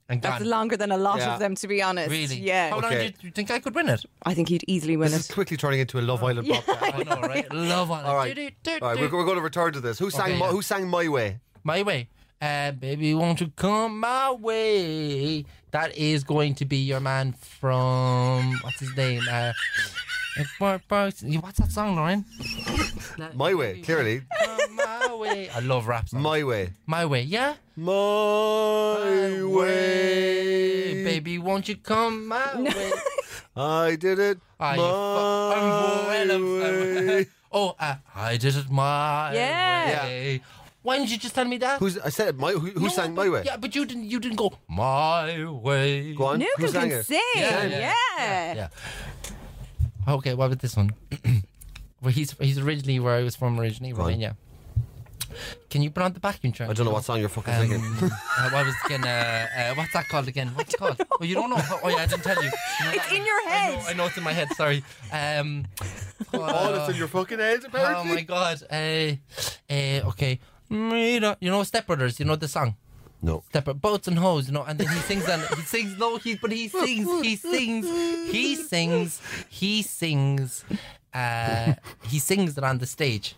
And
That's
gone.
longer than a lot
Yeah.
of them, to be honest.
Really?
Yeah.
How long do
Okay.
you, do you think I could win it?
I think you'd easily win
This
it.
is quickly turning into a Love Island podcast.
I know, right? Love on it.
All right,
Do, do, do,
all right,
do.
we're, we're going to return to this. Who sang?
Okay,
my,
yeah.
Who sang my way?
My way. Uh, baby, won't you come my way? That is going to be your man from what's his name? Uh, what's that song, Lauren?
My way, clearly,
Come my way. I love rap songs.
my way,
my way, yeah.
my
My way,
way,
baby, won't you come my way?
I did it.
I fu-
my
I'm well, I'm-
way.
oh, uh, I did it my
Yeah.
way. Why didn't you just tell me that?
Who's? I said it. My. Who, who
No,
sang
but-
my way?
Yeah, but you didn't. You didn't go my way.
Go on. who
Nugal
sang
can
it?
sing. Yeah.
Yeah, yeah, Yeah. Okay, what about this one? well, he's he's originally where I was from originally,
on.
Romania. Can you put on the vacuum track?
I don't know what song you're fucking singing.
Um, uh, what was again? Uh, uh, what's that called again? What's it called? Oh, you don't know? Oh, yeah, I didn't tell you. You know
It's
that
in
one?
your
I know,
head.
I know it's in my head. Sorry. Um,
All that's in your fucking head,
oh
apparently.
my god. Uh, uh, okay. Mira- You know Step Brothers. You know the song.
no.
Stepper boats and hoes, you know, and then he sings and he sings no he but he sings, he sings, he sings, he sings, uh he sings it on the stage.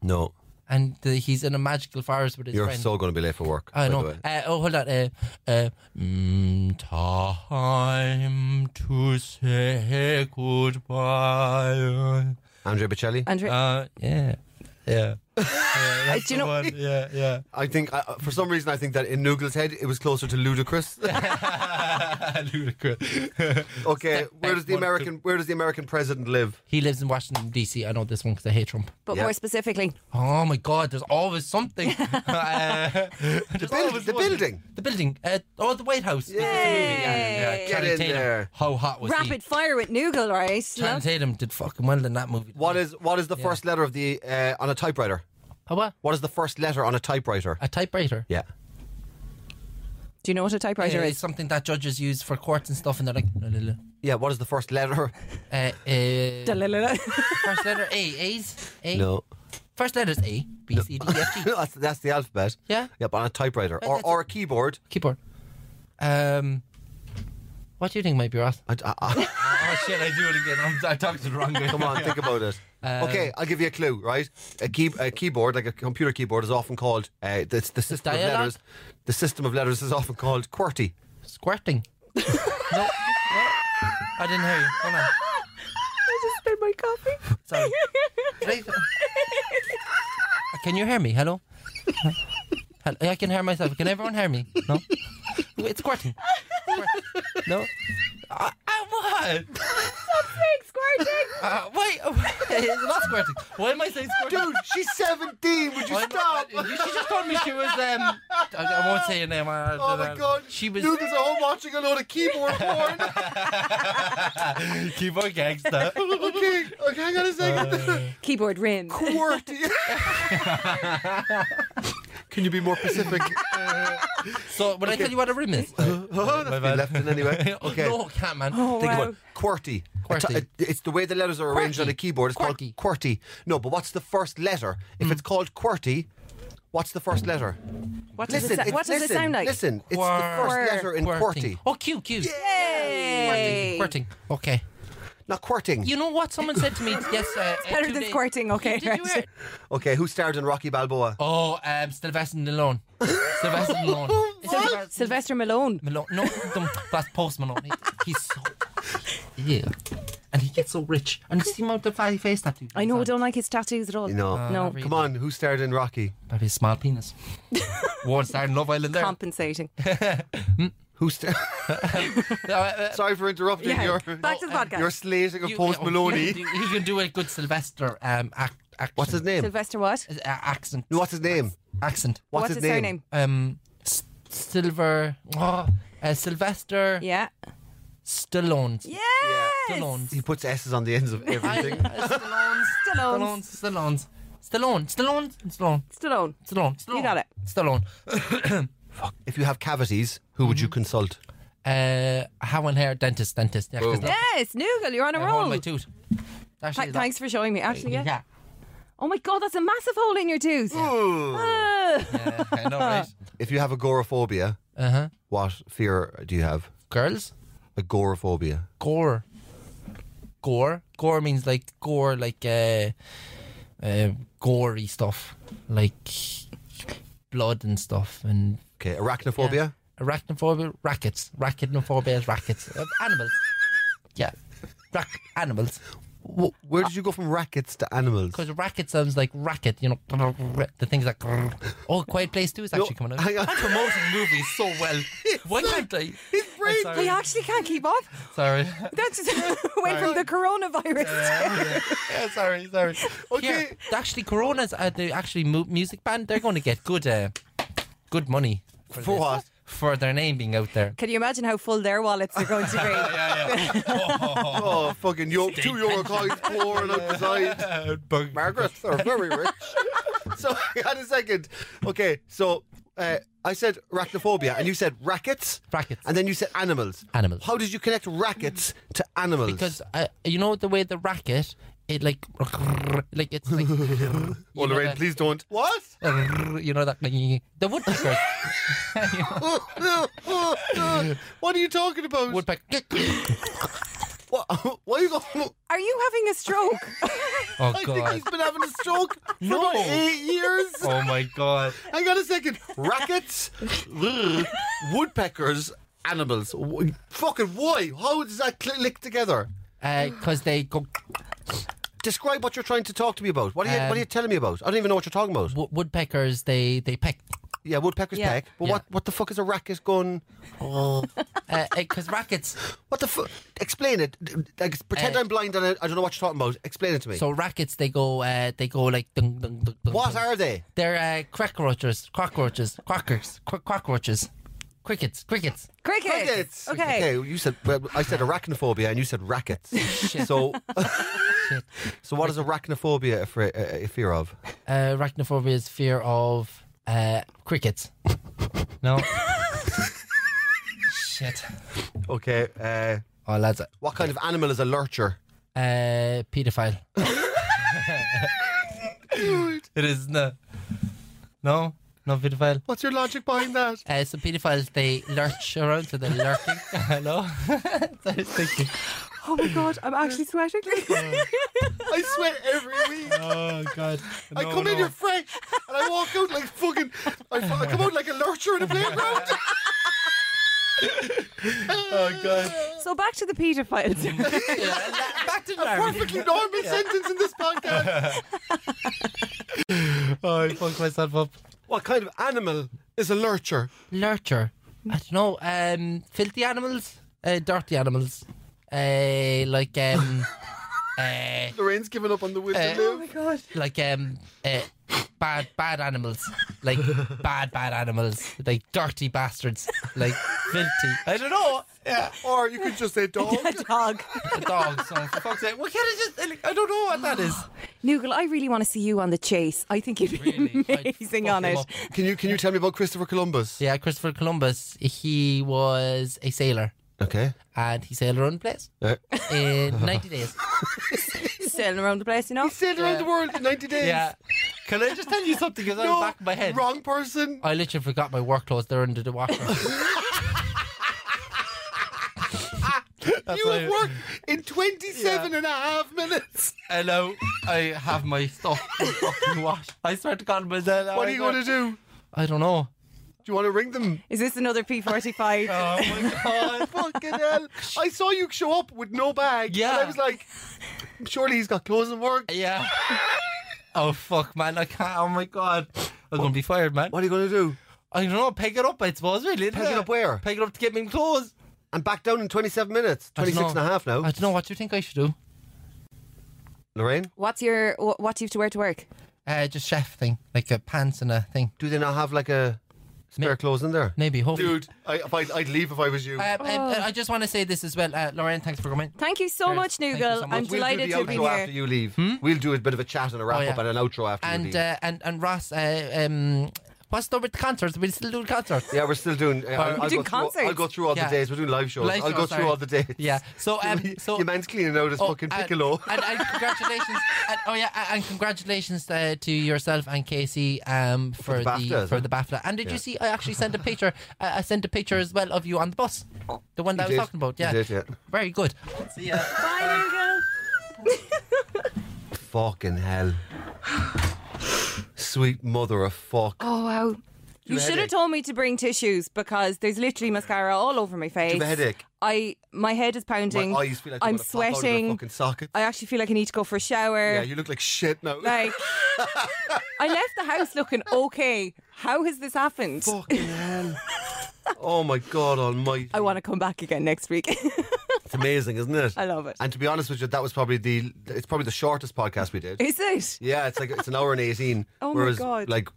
No.
And uh, he's in a magical forest with his
You're
friend.
so going to be late for work.
I
by
know.
the way.
Uh, oh, hold on. Uh, uh, mm, time to say goodbye.
Andrea Bocelli.
Andre,
Uh, yeah, yeah.
uh, do you know?
One, yeah, yeah.
I think, I, for some reason, I think that in Nugal's head, it was closer to ludicrous.
Ludicrous.
okay, where does the
back, one,
American, where does the American president live?
He lives in Washington D.C. I know this one because I hate Trump.
But
Yeah.
more specifically,
Oh my God! There's always something. Uh, there's
buil-
always
the
one.
building.
the building, uh, or the White House. This is the movie, Yeah,
Yay.
yeah.
Get
Channing
in
Tatum.
there.
How hot was he?
rapid fire with Nugal, right?
Channing
Love-
Tatum did fucking well in that movie.
What is what is the first letter of the uh, on a typewriter?
Oh, what?
What is the first letter on a typewriter?
A typewriter.
Yeah.
Do you know what a typewriter
Uh, it's
is?
something that judges use for courts and stuff, and they're like, "No, no, no."
Yeah, what is the first letter?
Uh, uh,
Da-la-la-la.
first letter A, A's, A.
No.
First letter is A, B, C, D, E, F, G.
that's, that's the alphabet.
Yeah.
Yeah, but on a typewriter. Or,
that's
or a keyboard.
Keyboard. Um, what do you think might be Ross?
I, I- I-
oh shit! I do it again. I'm, I talked to the wrong guy.
come on, think about it. okay, I'll give you a clue, right? A, key, a keyboard, like a computer keyboard, is often called, uh, it's the system of
dialogue?
letters. The system of letters is often called QWERTY.
Squirting. no, no. I didn't hear you. Hold on.
I just spilled my coffee.
Sorry. Did I- Can you hear me? Hello? Hel- I can hear myself. Can everyone hear me? No? Wait, It's squirting. Squirt- No? Uh, uh, what?
Squirting.
Uh, wait, uh, it's not squirting. Why am I saying squirting?
Dude, she's 17. Would you
Why am I-
stop?
She just told me she was. Um, I, I won't say her name. I-
Oh my god.
She was.
Noodles at home watching a load of keyboard porn.
Keep on gangster.
okay, okay, hang on a second.
Keyboard rim.
QWERTY. Can you be more specific?
So, when I tell you what a rim is,
oh, that's been left in anyway. Okay. Oh,
no, can't, man.
Think
wow.
about QWERTY.
QWERTY.
It's- it- It's the way the letters are arranged on a
QWERTY.
keyboard. It's
QWERTY.
called QWERTY. No, but what's the first letter? If it's called QWERTY, what's the first letter?
What Hmm. does,
Listen,
it,
it's-
sa- what does
listen,
it sound like?
Listen, it's the first
Quir-
letter in QWERTY.
Oh, Q, Q.
Yay.
Squirting. Okay.
Not QWERTing.
You know what? Someone said to me, yes. Uh, it's
Better than squirting, okay.
Did you hear?
right.
Okay, who starred in Rocky Balboa?
Oh, um, Sylvester Stallone. Sylvester Stallone.
Syl- Sylvester Malone.
Malone. No, the- that's Post Malone. He- He's so. Yeah. And he gets so rich. And you see him out the fatty face tattoo.
I know, I don't like his tattoos at all.
No. Uh,
No.
really.
Come on, who starred in Rocky?
That'd be a small penis. Won't start in Love Island there.
Compensating.
Who starred?
Uh, uh,
Sorry for interrupting
Yeah.
your
Back to the podcast.
your slating of
you-
Post
oh,
Malone.
He, can do- he can do a good Sylvester um, ac- action.
What's his name?
Sylvester what?
Uh, accent.
No, what's his name?
accent.
What's,
his surname?
Um, S- Silver. Oh, uh, Sylvester
Yeah.
Stallone.
Yeah.
Stallone.
He puts S's on the ends of everything.
Stallone. Stallone.
Stallone.
Stallone. Stallone. Stallone. Stallone.
Stallone.
Stallone. Stallone.
You got it.
Stallone.
Mm-hmm.
if you have cavities, who would you consult?
Uh, how and hair dentist, dentist. Yeah, 'cause look,
Yes, Nougal, you're on a
I hold
roll.
my tooth. Actually,
Th-
that-
thanks for showing me. Actually, yeah.
Yeah. Oh.
Oh my god, that's a massive hole in your tooth. Ah.
yeah, I know, right?
If you have agoraphobia,
Uh huh.
what fear do you have?
Girls,
Agoraphobia.
gore, gore, gore means like gore, like uh, uh, gory stuff, like blood and stuff, and
Okay, arachnophobia.
Arachnophobia, rackets. Arachnophobia is rackets. Uh, animals. Yeah. Rack- animals.
Wh- Where did you go from rackets to animals?
Because racket sounds like racket, you know. The thing's like. Oh, Quiet Place 2 is actually coming out.
hang on.
I'm promoting movies so well. Why can't I? His brain.
I
Sorry.
actually can't keep up.
Sorry.
That's away from the coronavirus.
Yeah, sorry, sorry.
Okay.
Yeah, actually, Corona's uh, the actually mu- music band. They're going to get good, uh, good money for,
For
this,
what?
For their name being out there.
Can you imagine how full their wallets are going to be?
Oh, fucking yo- two euro coins pouring out the
Uh,
side. Margaret, they're very rich. so, hang on a second. Okay, so uh, I said arachnophobia, and you said rackets.
Rackets.
And then you said animals.
Animals.
How did you connect rackets to animals?
because uh, you know the way the racket it like like it's like you
Oh,
know
Lorraine,
that-
please don't. What?
you know that the woodpecker
what are you talking about?
woodpecker
What? Why are you going?
Are you having a stroke?
oh
I think
god
he's been having a stroke for
No.
about eight years.
oh my god
Hang on a second. Rackets, rrr, woodpeckers, animals. Wh- Fucking why? How does that cl- lick together?
because Uh, they go
Describe what you're trying to talk to me about. What are you,
Um,
what are you telling me about? I don't even know what you're talking about.
wo- woodpeckers they they peck
Yeah, woodpeckers
Yeah.
peck. But
Yeah.
what, what the fuck is a racket gun? Oh.
because Uh, rackets
what the fuck? Explain it. D- Like, pretend
Uh,
I'm blind and I, I don't know what you're talking about. Explain it to me.
so rackets they go uh, they go like dung, dung, dung, dung,
what
dung.
are they?
they're uh, cockroaches cockroaches quackers qu- cockroaches crickets crickets
Crickets.
Crickets.
Okay.
Okay. You said well, I said arachnophobia, and you said rackets. So,
Shit.
so what is arachnophobia a, fre- a a fear of?
Uh, arachnophobia is fear of uh, crickets. no. Shit.
Okay. Uh,
Oh, lads. Uh,
what kind of animal is a lurcher?
pedophile. It is no. No? No pedophile?
What's your logic behind that?
Uh, so pedophiles, they lurch around, so they're lurking. Hello? Sorry, thank you.
Oh my god, I'm actually sweating.
Mm.
I sweat every week.
Oh, God.
I come in here fresh and I walk out like fucking. I, fu- I come out like a lurcher in a playground.
Oh, God.
so back to the paedophiles.
Back to Larry.
Perfectly normal sentence in this podcast.
Oh, I fucked myself up.
What kind of animal is a lurcher?
lurcher. I don't know. Um, filthy animals, uh, dirty animals, uh, like um, uh,
Lorraine's giving up on the will
Uh,
to live.
like um, uh, bad bad animals, like bad bad animals, like dirty bastards, like filthy. I don't know.
Yeah. Or you could just say dog.
a dog.
A dog. So for fuck's sake, what can I just? uh, like, I don't know what that is.
Nougal, I really want to see you on the chase. I think you'd be
Really? I'd
amazing
fuck
on
him
it.
up.
Can you can you tell me about Christopher Columbus?
Yeah, Christopher Columbus. He was a sailor,
Okay.
and he sailed around the place
Uh,
in ninety days.
Sailing around the place, you know?
sailed around the world in 90 days.
Yeah. Can I just tell you something? Because
No,
the back of my head.
wrong person.
I literally forgot my work clothes. They're under the washer.
you
why-
have worked in 27 and a half minutes.
Hello, I have my stuff in the fucking wash. I swear to God, but then
What are you going to do? Do
I don't know.
you want to ring them?
Is this another P45?
Oh my God!
Fucking hell. I saw you show up with no bag.
Yeah.
And I was like, surely he's got clothes and work.
yeah. Oh fuck, man! I can't. Oh my God! I'm gonna be fired, man.
What are you going to do?
I don't know. Peg it up, I suppose. Really?
Pick it up where?
Peg it up to get me clothes.
And back down in 27 minutes.
I don't
26 and a
know.
half now.
I don't know. What do you think I should do?
Lorraine,
What's your wh- what do you have to wear to work?
Uh, just chef thing, like a pants and a thing.
do they not have like a spare
Ma-
clothes in there?
Maybe. Hopefully.
Dude, I, if I'd, I'd leave if I was you.
Uh, uh, I just want to say this as well, uh, Lauren. Thanks for coming.
Thank you so
Cheers.
much,
Thank you
Nougal.
so much.
I'm
We'll
we'll
delighted
do
to
the
have been
outro
here.
after you leave. We'll do a bit of a chat and a wrap
yeah.
up and an outro after you
and
leave.
uh, and and Ross, uh, um, What's the with the concerts? We still doing concerts.
Yeah, we're still doing. Uh, I'll, I'll
doing
go Through, I'll
concerts.
go through all
Yeah.
the days. We're doing live shows.
Live
I'll
shows,
go
sorry.
through all the days.
Yeah. So um, so Oh, uh,
Your man's cleaning out his fucking
and-
piccolo.
And, and congratulations. and, oh yeah, and, and congratulations uh, to yourself and Casey um, for,
the eh?
the,
BAFTA as
for
well.
the BAFTA. And did you see? I actually sent a picture. Uh, I sent a picture as well of you on the bus, the one that I was
did.
talking about.
You
Yeah.
did, yeah.
Very good.
Fucking hell. Sweet mother of fuck.
Oh wow. You should have
headache.
told me to bring tissues because there's literally mascara all over my face.
you have a headache?
I my head is
My
pounding.
eyes feel like
I'm
they're gonna pop out of their
sweating.
fucking socket.
I actually feel like I need to go for a shower.
yeah, you look like shit now.
like I left the house looking okay. How has this happened?
fucking hell. Oh my god almighty.
I want to come back again next week.
It's amazing, isn't it?
I love it.
And to be honest with you, that was probably the it's probably the shortest podcast we did.
is it?
Yeah, it's like it's an hour and eighteen.
Oh my
whereas,
God.
Like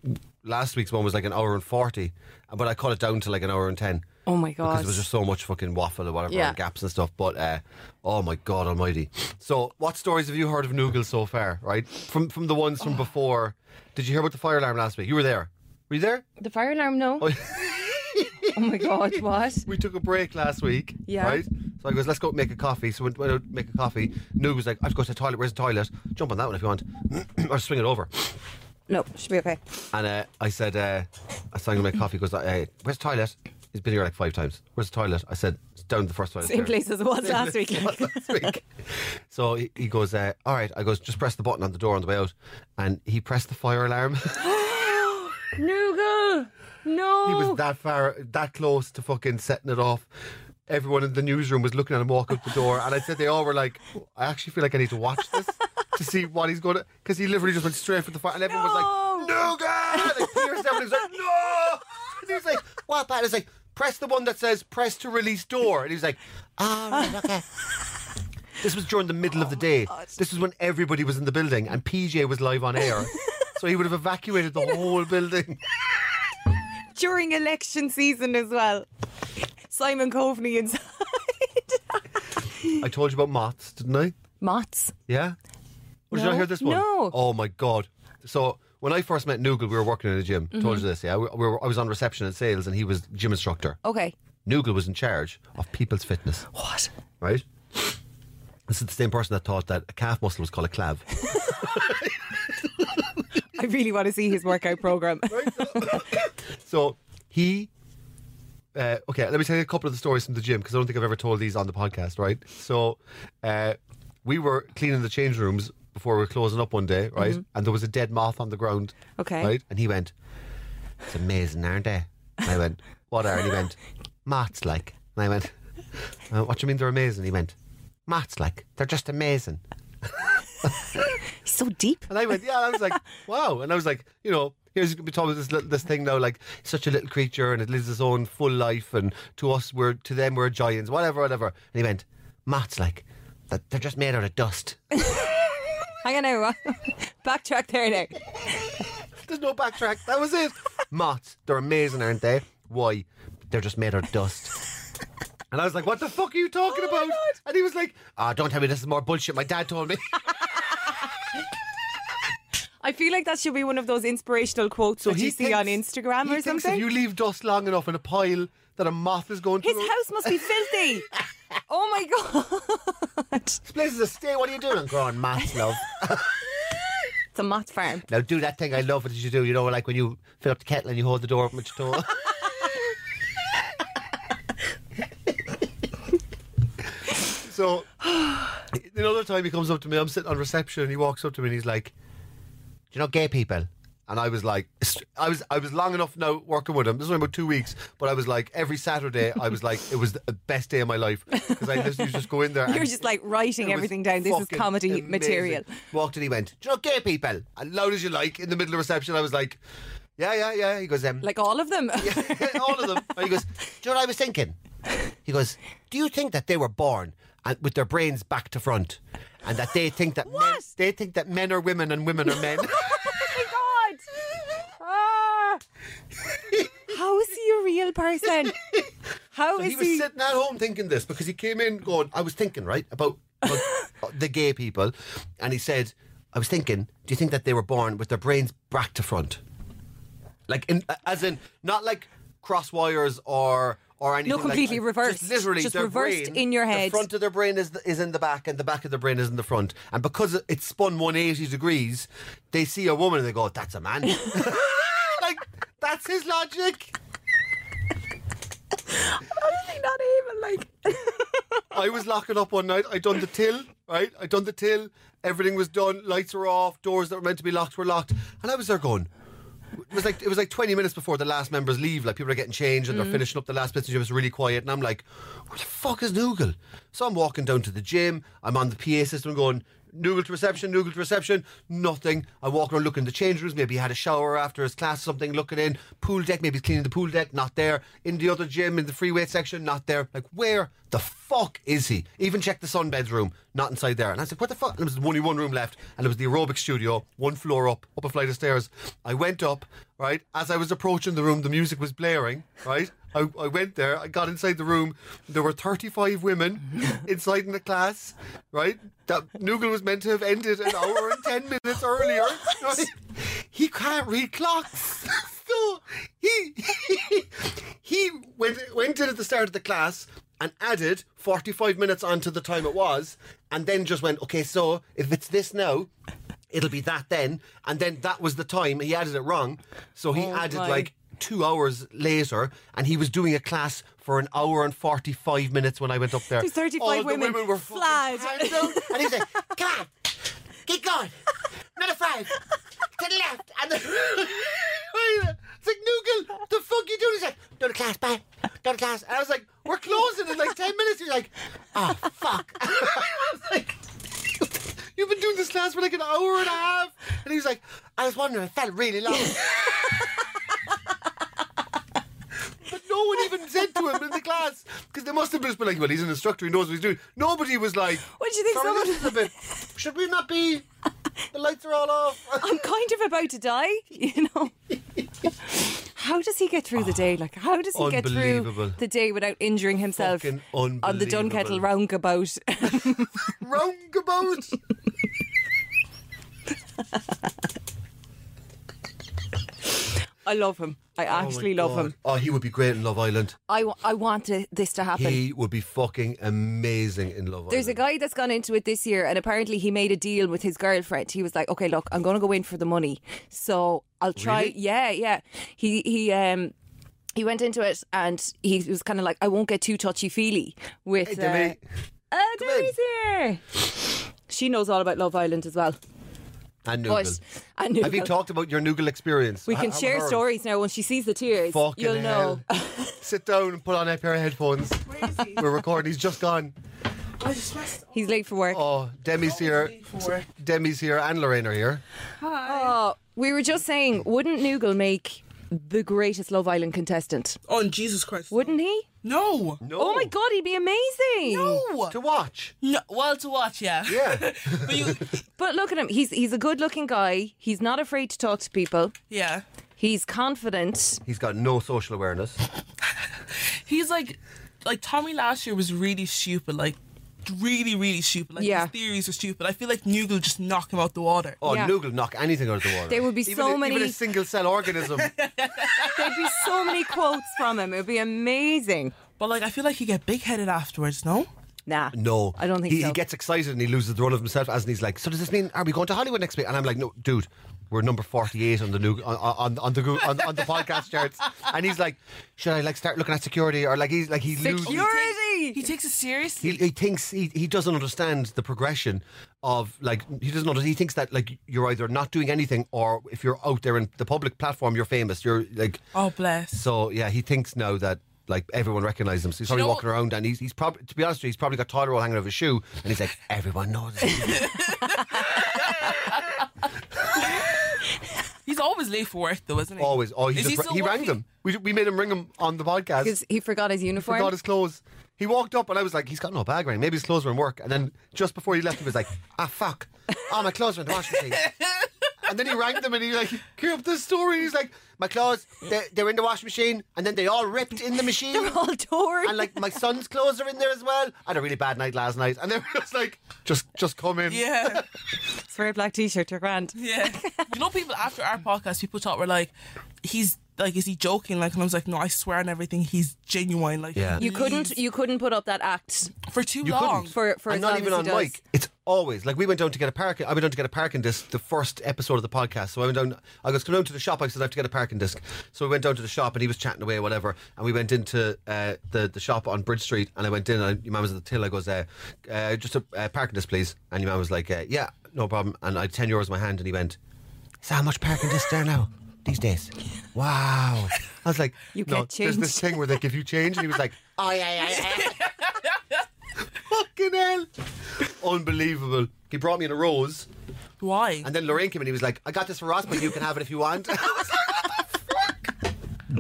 last week's one was like an hour and forty, but I cut it down to like an hour and ten
Oh my
because
god.
there was just so much fucking waffle or whatever
Yeah.
and gaps and stuff. But uh, oh my god almighty! So what stories have you heard of Noogle so far? Right from from the ones
Oh.
from before. Did you hear about the fire alarm last week? You were there. Were you there?
the fire alarm no.
Oh.
oh my god, what?
we took a break last week.
Yeah.
Right? So I goes, let's go make a coffee. So went, went out to make a coffee. Noog was like, I've got to the toilet. Where's the toilet? Jump on that one if you want. or swing it over.
No, should be okay.
And uh, I said, uh, I sang him my coffee. He goes, hey, where's the toilet? He's been here like five times. Where's the toilet? I said, it's down the first toilet.
Same
stairs."
place as it was last week.
last week. So he, he goes, uh, all right. I goes, just press the button on the door on the way out. And he pressed the fire alarm.
Noogle! No.
he
Oh.
was that far, that close to fucking setting it off. Everyone in the newsroom was looking at him walk out the door, and I said they all were like, "I actually feel like I need to watch this to see what he's going to," because he literally just went straight for the fire, and everyone was like, "No, God!" Like, Pierce everyone was like, "No!" And he was like, "What?" That is like, press the one that says "press to release door," and he was like, "All right, okay." This was during the middle of the day. This was when everybody was in the building, and PJ was live on air, so he would have evacuated the whole building.
during election season as well. Simon Coveney inside.
I told you about moths, didn't I?
Mott's.
Yeah. Or did
No.
I hear this one?
No.
Oh my god. So when I first met Noogle, we were working in a gym.
Mm-hmm.
Told you this, yeah. We, we were, I was on reception and sales, and he was gym instructor.
Okay.
Noogle was in charge of people's fitness. What? Right. This is the same person that thought that a calf muscle was called a clav.
I really want to see his workout program.
so he. Uh, okay, let me tell you a couple of the stories from the gym because I don't think I've ever told these on the podcast, right? So, uh, we were cleaning the change rooms before we were closing up one day, right? And there was a dead moth on the ground.
Okay.
Right? And he went, It's amazing, aren't they? And I went, What are? And he went, Moths like. And I went, uh, What do you mean they're amazing? And he went, Moths like. They're just amazing.
He's so deep.
And I went, yeah. And I was like, wow. And I was like, you know, here's you can be talking about this little- this thing now, like such a little creature, and it lives its own full life, and to us, we're to them, we're giants, whatever, whatever. And he went, Matt's like, that they're just made out of dust.
Hang on now. Backtrack there now.
There's no backtrack. That was it. Moths, they're amazing, aren't they? Why? They're just made out of dust. And I was like, what the fuck are you talking
Oh
about? And he was like, ah, don't tell me this is more bullshit. My dad told me.
I feel like that should be one of those inspirational quotes that you see on Instagram
he
or
thinks
something.
If you leave dust long enough in a pile, that a moth is going to
His house must be filthy. Oh my god.
This place is a stay. What are you doing? Growing moths, love.
It's a moth farm.
now do that thing I love that you do. You know, like when you fill up the kettle and you hold the door open with your toe. so another time he comes up to me, I'm sitting on reception, and he walks up to me and he's like, "Do you know gay people?" And I was like, I was I was long enough now working with him. This was only about two weeks, but I was like every Saturday I was like it was the best day of my life because I just, you just go in there.
You're
and-
just like writing
it was
everything down. This is
fucking
comedy
amazing.
material.
Walked in, he went, Do you know gay people? And loud as you like, in the middle of reception, I was like, Yeah, yeah, yeah. He goes, um,
Like all of them.
All of them. And he goes, Do you know what I was thinking? He goes, Do you think that they were born and with their brains back to front? And that they think that men,
What?
they think that men are women and women are men.
Oh my god! Ah. How is he a real person? How is
he was
he?
sitting at home thinking this because he came in going, I was thinking, right, about, about the gay people. And he said, I was thinking, do you think that they were born with their brains back to front? like in as in not like cross wires or or anything. like-
completely reversed.
Just literally,
Just
their
reversed
brain-
in your head.
The front of their brain is is in the back, and the back of their brain is in the front. And because it- it's spun one eighty degrees, they see a woman and they go, "That's a man." like that's his logic.
Honestly, not even like.
I was locking up one night. I done the till, right? I done the till. Everything was done. Lights were off. Doors that were meant to be locked were locked. And I was there going. It was like it was like twenty minutes before the last members leave. Like people are getting changed and they're finishing up the last bits. And it was really quiet. And I'm like, where the fuck is Noogle? So I'm walking down to the gym. I'm on the PA system going. Noogle to reception, Noogle to reception, nothing. I walk around looking in the change rooms. Maybe he had a shower after his class, something, looking in. Pool deck, maybe he's cleaning the pool deck, not there. In the other gym, in the free weight section, not there. Like, where the fuck is he? Even checked the sunbeds room, not inside there. And I was like, what the fuck? And there was only one room left, and it was the aerobic studio, one floor up, up a flight of stairs. I went up, right? As I was approaching the room, the music was blaring, right? I, I went there, I got inside the room. There were 35 women inside in the class, right? That Noogle was meant to have ended an hour and 10 minutes earlier. right? He can't read clocks. So he, he went went in at the start of the class and added 45 minutes onto the time it was, and then just went, okay, so if it's this now, it'll be that then, and then that was the time he added it wrong, so he added
my.
like two hours later, and he was doing a class for an hour and 45 minutes when I went up there.
There's 35
All Oh, the
women
women were fucking
flat.
pants down, and he was like, come on, keep going, another five, to the left, and then... It's like, Noogle, the fuck you doing? He's like, go to class, bye, go to class. And I was like, we're closing in like 10 minutes. He's like, oh, fuck. I was like... You've been doing this class for like an hour and a half. And he was like, I was wondering, it felt really long. but no one even said to him in the class because they must have just been like, well, he's an instructor, he knows what he's doing. Nobody was like,
What do you think
"Sorry,
someone-
this is a bit. Should we not be? The lights are all off.
I'm kind of about to die, you know. How does he get through the day? Like, how does he get
Unbelievable.
through the day without injuring himself
Fucking
on the
unbelievable.
Dunkettle roundabout?
Roundabout.
I love him. I actually
Oh my
love
God.
him.
Oh, he would be great in Love Island.
I, wa- I want to, this to happen.
He would be fucking amazing in Love
There's a
Island.
guy that's gone into it this year, and apparently he made a deal with his girlfriend. He was like, "Okay, look, I'm going to go in for the money, so I'll try."
Really?
Yeah, yeah. He he um. He went into it and he was kind of like, I won't get too touchy feely with.
Hey, Demi.
uh, oh, Demi's here. She knows all about Love Island as well.
and
But
Noogle.
I knew.
Have you talked about your Noogle experience?
we
Ha-
can
have
share
her.
stories now. When she sees the tears,
Fucking
you'll
hell.
know.
Sit down and put on a pair of headphones. We're recording. He's just gone.
He's late for work.
Oh, Demi's here. Demi's here and Lorraine are here.
Oh, we were just saying, wouldn't Noogle make the greatest Love Island contestant?
Oh, and Jesus Christ.
Wouldn't he?
No.
No.
Oh my god, he'd be amazing.
No.
To watch.
no. Well, to watch, yeah.
Yeah.
But you,
But look at him. He's he's a good-looking guy. He's not afraid to talk to people.
yeah.
He's confident.
He's got no social awareness.
He's like, like Tommy last year was really stupid. Like, really, really stupid. Like,
Yeah.
his theories were stupid. I feel like Newgill just knocked him out the water.
Oh,
Yeah.
Noogle knock anything out of the water.
There would be
even
so
a,
many-
Even a single cell organism.
There'd be so many quotes from him. It would be amazing.
But like, I feel like he get big headed afterwards. No.
Nah.
No,
I don't think
he,
so.
He gets excited and he loses the run of himself, as and he's like, "So does this mean are we going to Hollywood next week?" And I'm like, "No, dude, we're number 48 on the new on on, on the Goo- on, on the podcast charts." And he's like, "Should I like start looking at security or like he's like he loses."
Security.
He takes it seriously.
He, he thinks he, he doesn't understand the progression of like he doesn't under, he thinks that like you're either not doing anything or if you're out there in the public platform you're famous you're like
oh, bless.
so yeah, he thinks now that like everyone recognizes him. So he's probably
know
walking around and he's, he's probably, to be honest with you, he's probably got toilet roll hanging over his shoe and he's like, everyone knows. him."
He's always late for work, though, isn't he?
Always. Oh, he,
Is
just,
he
ra-
still
he rang
working?
them. We, we made him ring him on the podcast.
Because he forgot his uniform.
forgot his clothes. He walked up and I was like, he's got no bag ring. Maybe his clothes were in work. And then just before he left, he was like, ah, fuck. Oh, my clothes were in the washing machine.
And then he rang them and he like, hear up the story. He's like, my clothes, they, they were in the washing machine and then they all ripped in the machine.
They're all torn.
and like my son's clothes are in there as well. I had a really bad night last night, and they were just like, just just come in.
Yeah.
it's wear a black t-shirt, you're grand.
Yeah. you know, people after our podcast, people thought we're like, he's like, is he joking? Like, and I was like, no, I swear on everything, he's genuine. Like,
Yeah.
You couldn't, you couldn't put up that act
for too
You
long.
couldn't.
for for
and
as
not
long
even
as
on
he does.
mic. It's always like we went down to get a park. I went down to get a parking disc the first episode of the podcast. So I went down. I was come down to the shop. I said I have to get a parking disc. So we went down to the shop and he was chatting away, whatever. And we went into uh, the the shop on Bridge Street. And I went in and your man was at the till. I goes, uh, uh, just a uh, parking disc, please. And your man was like, uh, yeah, no problem. And I had ten euros in my hand, and he went, is that how much parking discs there now? These days, wow! I was like,
You
no,
get
There's this
change."
thing where they give you change, and he was like,
Oh yeah, yeah, yeah.
fucking hell. Unbelievable. He brought me in a rose,
Why?
and then Lorraine came in. He was like, I got this for Ross, but you can have it if you want.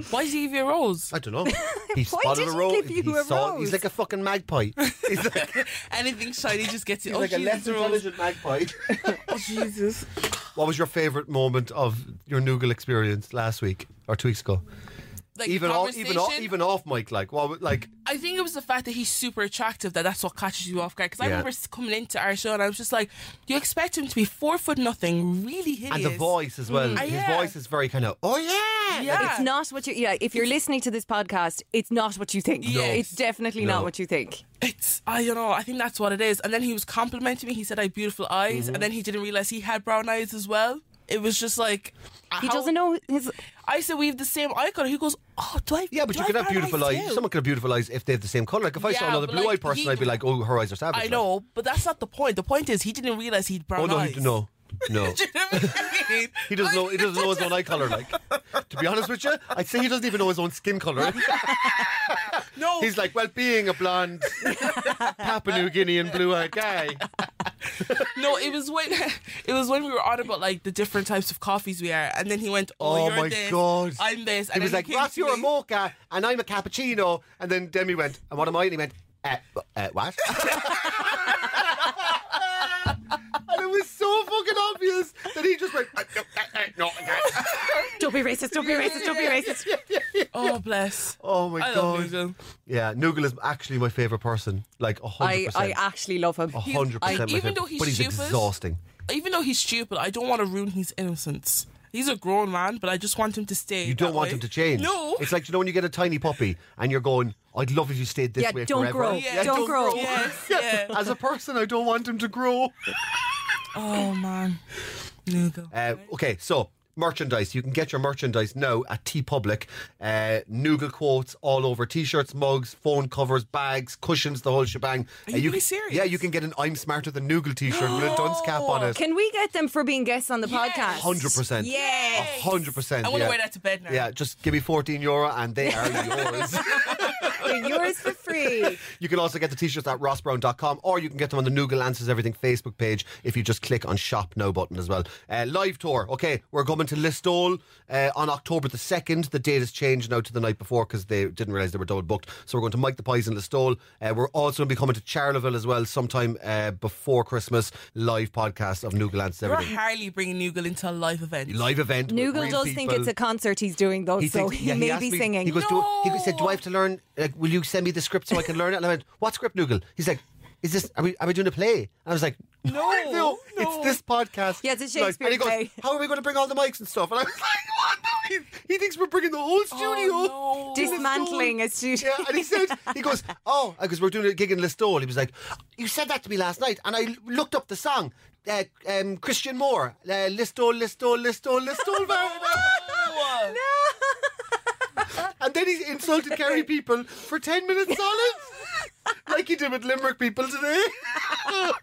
Why is he give you a rose?
I don't know. He
did
spotted a
he
rose.
give you a rose?
He's like a fucking magpie. He's like,
Anything shiny just gets it.
he's
oh,
like a
Jesus,
less
the rose.
intelligent magpie.
Oh, Jesus.
what was your favourite moment of your Noogle experience last week or two weeks ago?
Like,
Even off, even off,
conversation.
even off mic. Like, what? was- Like,
I think it was the fact that he's super attractive that that's what catches you off guard. Because I
Yeah.
remember s- coming into our show and I was just like, you expect him to be four foot nothing, really hideous.
and the voice as well.
Ah,
His
yeah.
voice is very kind of. Oh yeah.
Yeah.
It's not what you. Yeah, if you're listening to this podcast, it's not what you think.
No.
It's definitely
No.
not what you think.
It's I don't know. I think that's what it is. And then he was complimenting me. He said I had beautiful eyes,
Mm-hmm.
and then he didn't realize he had brown eyes as well. It was just like
He doesn't know his.
I said we have the same eye color. He goes, oh, do I?
Yeah, but
do
you
I
could have
brown
beautiful eyes.
too?"
Someone could have beautiful eyes if they have the same color. Like if I saw
Yeah,
another
but,
blue-eyed
like,
person,
he-
I'd be like, "Oh, her eyes are savage."
I
like.
know, but that's not the point. The point is he didn't realize he'd brown
Oh no,
eyes.
he, no, no.
Do you know what I mean?
He doesn't know. He doesn't know his own eye color. Like, to be honest with you, I'd say he doesn't even know his own skin color.
No,
He's like, well, being a blonde, Papua New Guinean blue-eyed guy.
No, it was when it was when we were on about like the different types of coffees we are, and then he went, "Oh,
Oh,
you're
my
this,
God.
I'm this." And
He was
then
like,
came
"Ross,
to
you're a
me.
mocha, and I'm a cappuccino." And then Demi went, "And what am I?" And he went, "Uh, uh what?" and it was so fucking obvious that he just went, "Uh, uh, uh, "No." uh."
Don't be racist. Don't be racist. Don't be racist.
Oh, bless.
Oh my
I love
god.
Nigel.
Yeah, Nougal is actually my favorite person. Like a hundred
I, I
percent.
actually love him.
A hundred
I-
percent. my
even
favorite.
though he's
but he's
stupid-
exhausting.
Even though he's stupid, I don't want to ruin his innocence. He's a grown man, but I just want him to stay.
You don't
that
want
way.
him to change.
No.
It's like you know when you get a tiny puppy and you're going, "I'd love if you stayed this
Yeah,
way
don't
forever."
grow.
yeah,
Don't grow.
Yes, yeah.
As a person, I don't want him to grow.
oh man, Nugo.
Uh, okay, so merchandise. You can get your merchandise now at T Public. Uh, Noogle quotes all over T-shirts, mugs, phone covers, bags, cushions, the whole shebang. Are
you being serious?
Yeah, you can get an "I'm smarter than Noogle" T-shirt with a dunce cap on it.
Can we get them for being guests on the podcast?
Hundred percent.
Yes.
hundred percent.
I want to wear that to bed now.
Yeah, just give me 14 euro and they are yours.
They're yours for free.
you can also get the t shirts at rossbrown.com or you can get them on the Noogle Answers Everything Facebook page if you just click on Shop Now button as well. Uh, live tour. Okay, we're coming to Listowel uh, on October the 2nd. The date has changed now to the night before because they didn't realise they were double booked. So we're going to Mike the Pies in Listowel. Uh, we're also going to be coming to Charleville as well sometime uh, before Christmas. Live podcast of Noogle Answers
You're
Everything.
hardly bringing Nugal into a live event.
Live event. with
Nugel
real
does think
people.
it's a concert he's doing though, so
thinks-
he
yeah,
may
asked
be
me-
singing.
He goes, do, he
No.
said, "Do I have to learn? Like, will you send me the script so I can learn it?" And I went, "What script, Noogle?" He's like, "Is this? Are we? Are we doing a play?" And I was like, "No, no, it's this podcast."
Yeah, it's a
Like, and he
Shakespeare
goes,
play.
"How are we going to bring all the mics and stuff?" And I was like, "What? the- He, he thinks we're bringing the whole studio."
Oh, no.
Dismantling a studio.
Yeah, and he said, he goes, oh, because we're doing a gig in Listowel. He was like, you said that to me last night, and I looked up the song, uh, um, Christian Moore, uh, Listowel, Listowel, Listowel, Listowel. no. and then he insulted Kerry people for ten minutes solid, like he did with Limerick people today.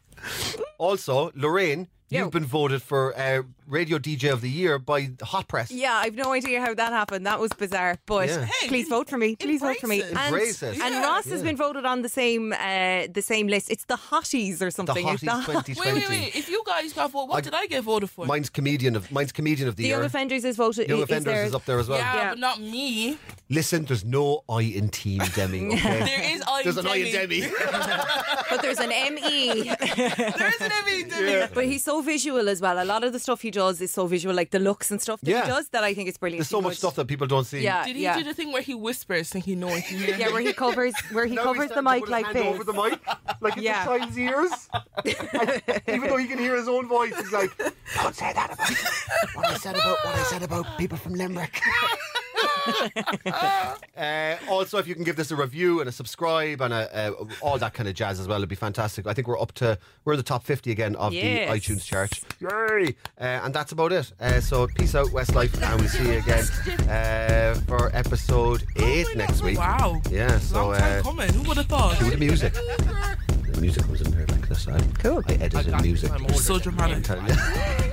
also, Lorraine.
Yo.
You've been voted for uh, Radio DJ of the Year by Hot Press.
Yeah, I've no idea how that happened. That was bizarre. But
Yeah.
Hey,
please vote for me. Please vote for me.
embrace it.
And,
Embrace it.
and
Yeah.
Ross has been voted on the same uh, the same list. It's the hotties or
The
something. It's
Hotties
the-
2020.
Wait, wait, wait. If you guys got voted, what did I get voted for?
Mine's comedian of mine's comedian of the,
The
year.
Young Offenders is voted.
Young
is
Offenders
there-
is up there as well.
yeah,
Yeah.
but not me.
Listen, there's no I in team Demi. Okay?
There is I
there's an I in
Demi.
Demi.
But there's an E. ME.
There is an Emmy. Demi.
but he's so visual as well. A lot of the stuff he does is so visual, like the looks and stuff that
Yeah.
he does, that I think it's brilliant.
There's so
He
much
would-
stuff that people don't see.
Yeah,
Did he
yeah.
do the thing where he whispers thinking no one can hear
yeah,
him?
where he covers where he
Now
covers
he's
the
starting
mic
to put his
like
hand
this.
over the mic, like it's
Yeah.
inside his ears. Even though he can hear his own voice, he's like,
Don't say that about what I said about what I said about people from Limerick.
Uh, also, if you can give this a review and a subscribe and a, uh, all that kind of jazz as well, it'd be fantastic. I think we're up to we're in the top fifty again of
Yes.
the iTunes chart. Yay! Uh, and that's about it. Uh, so peace out, Westlife, and we'll see you again uh, for episode eight
my
next
God,
week.
wow.
Yeah. So
Long time
uh,
coming. Who would have thought?
do the music. The music was in there like this. I, cool. I edited music.
So dramatic.
Tell you.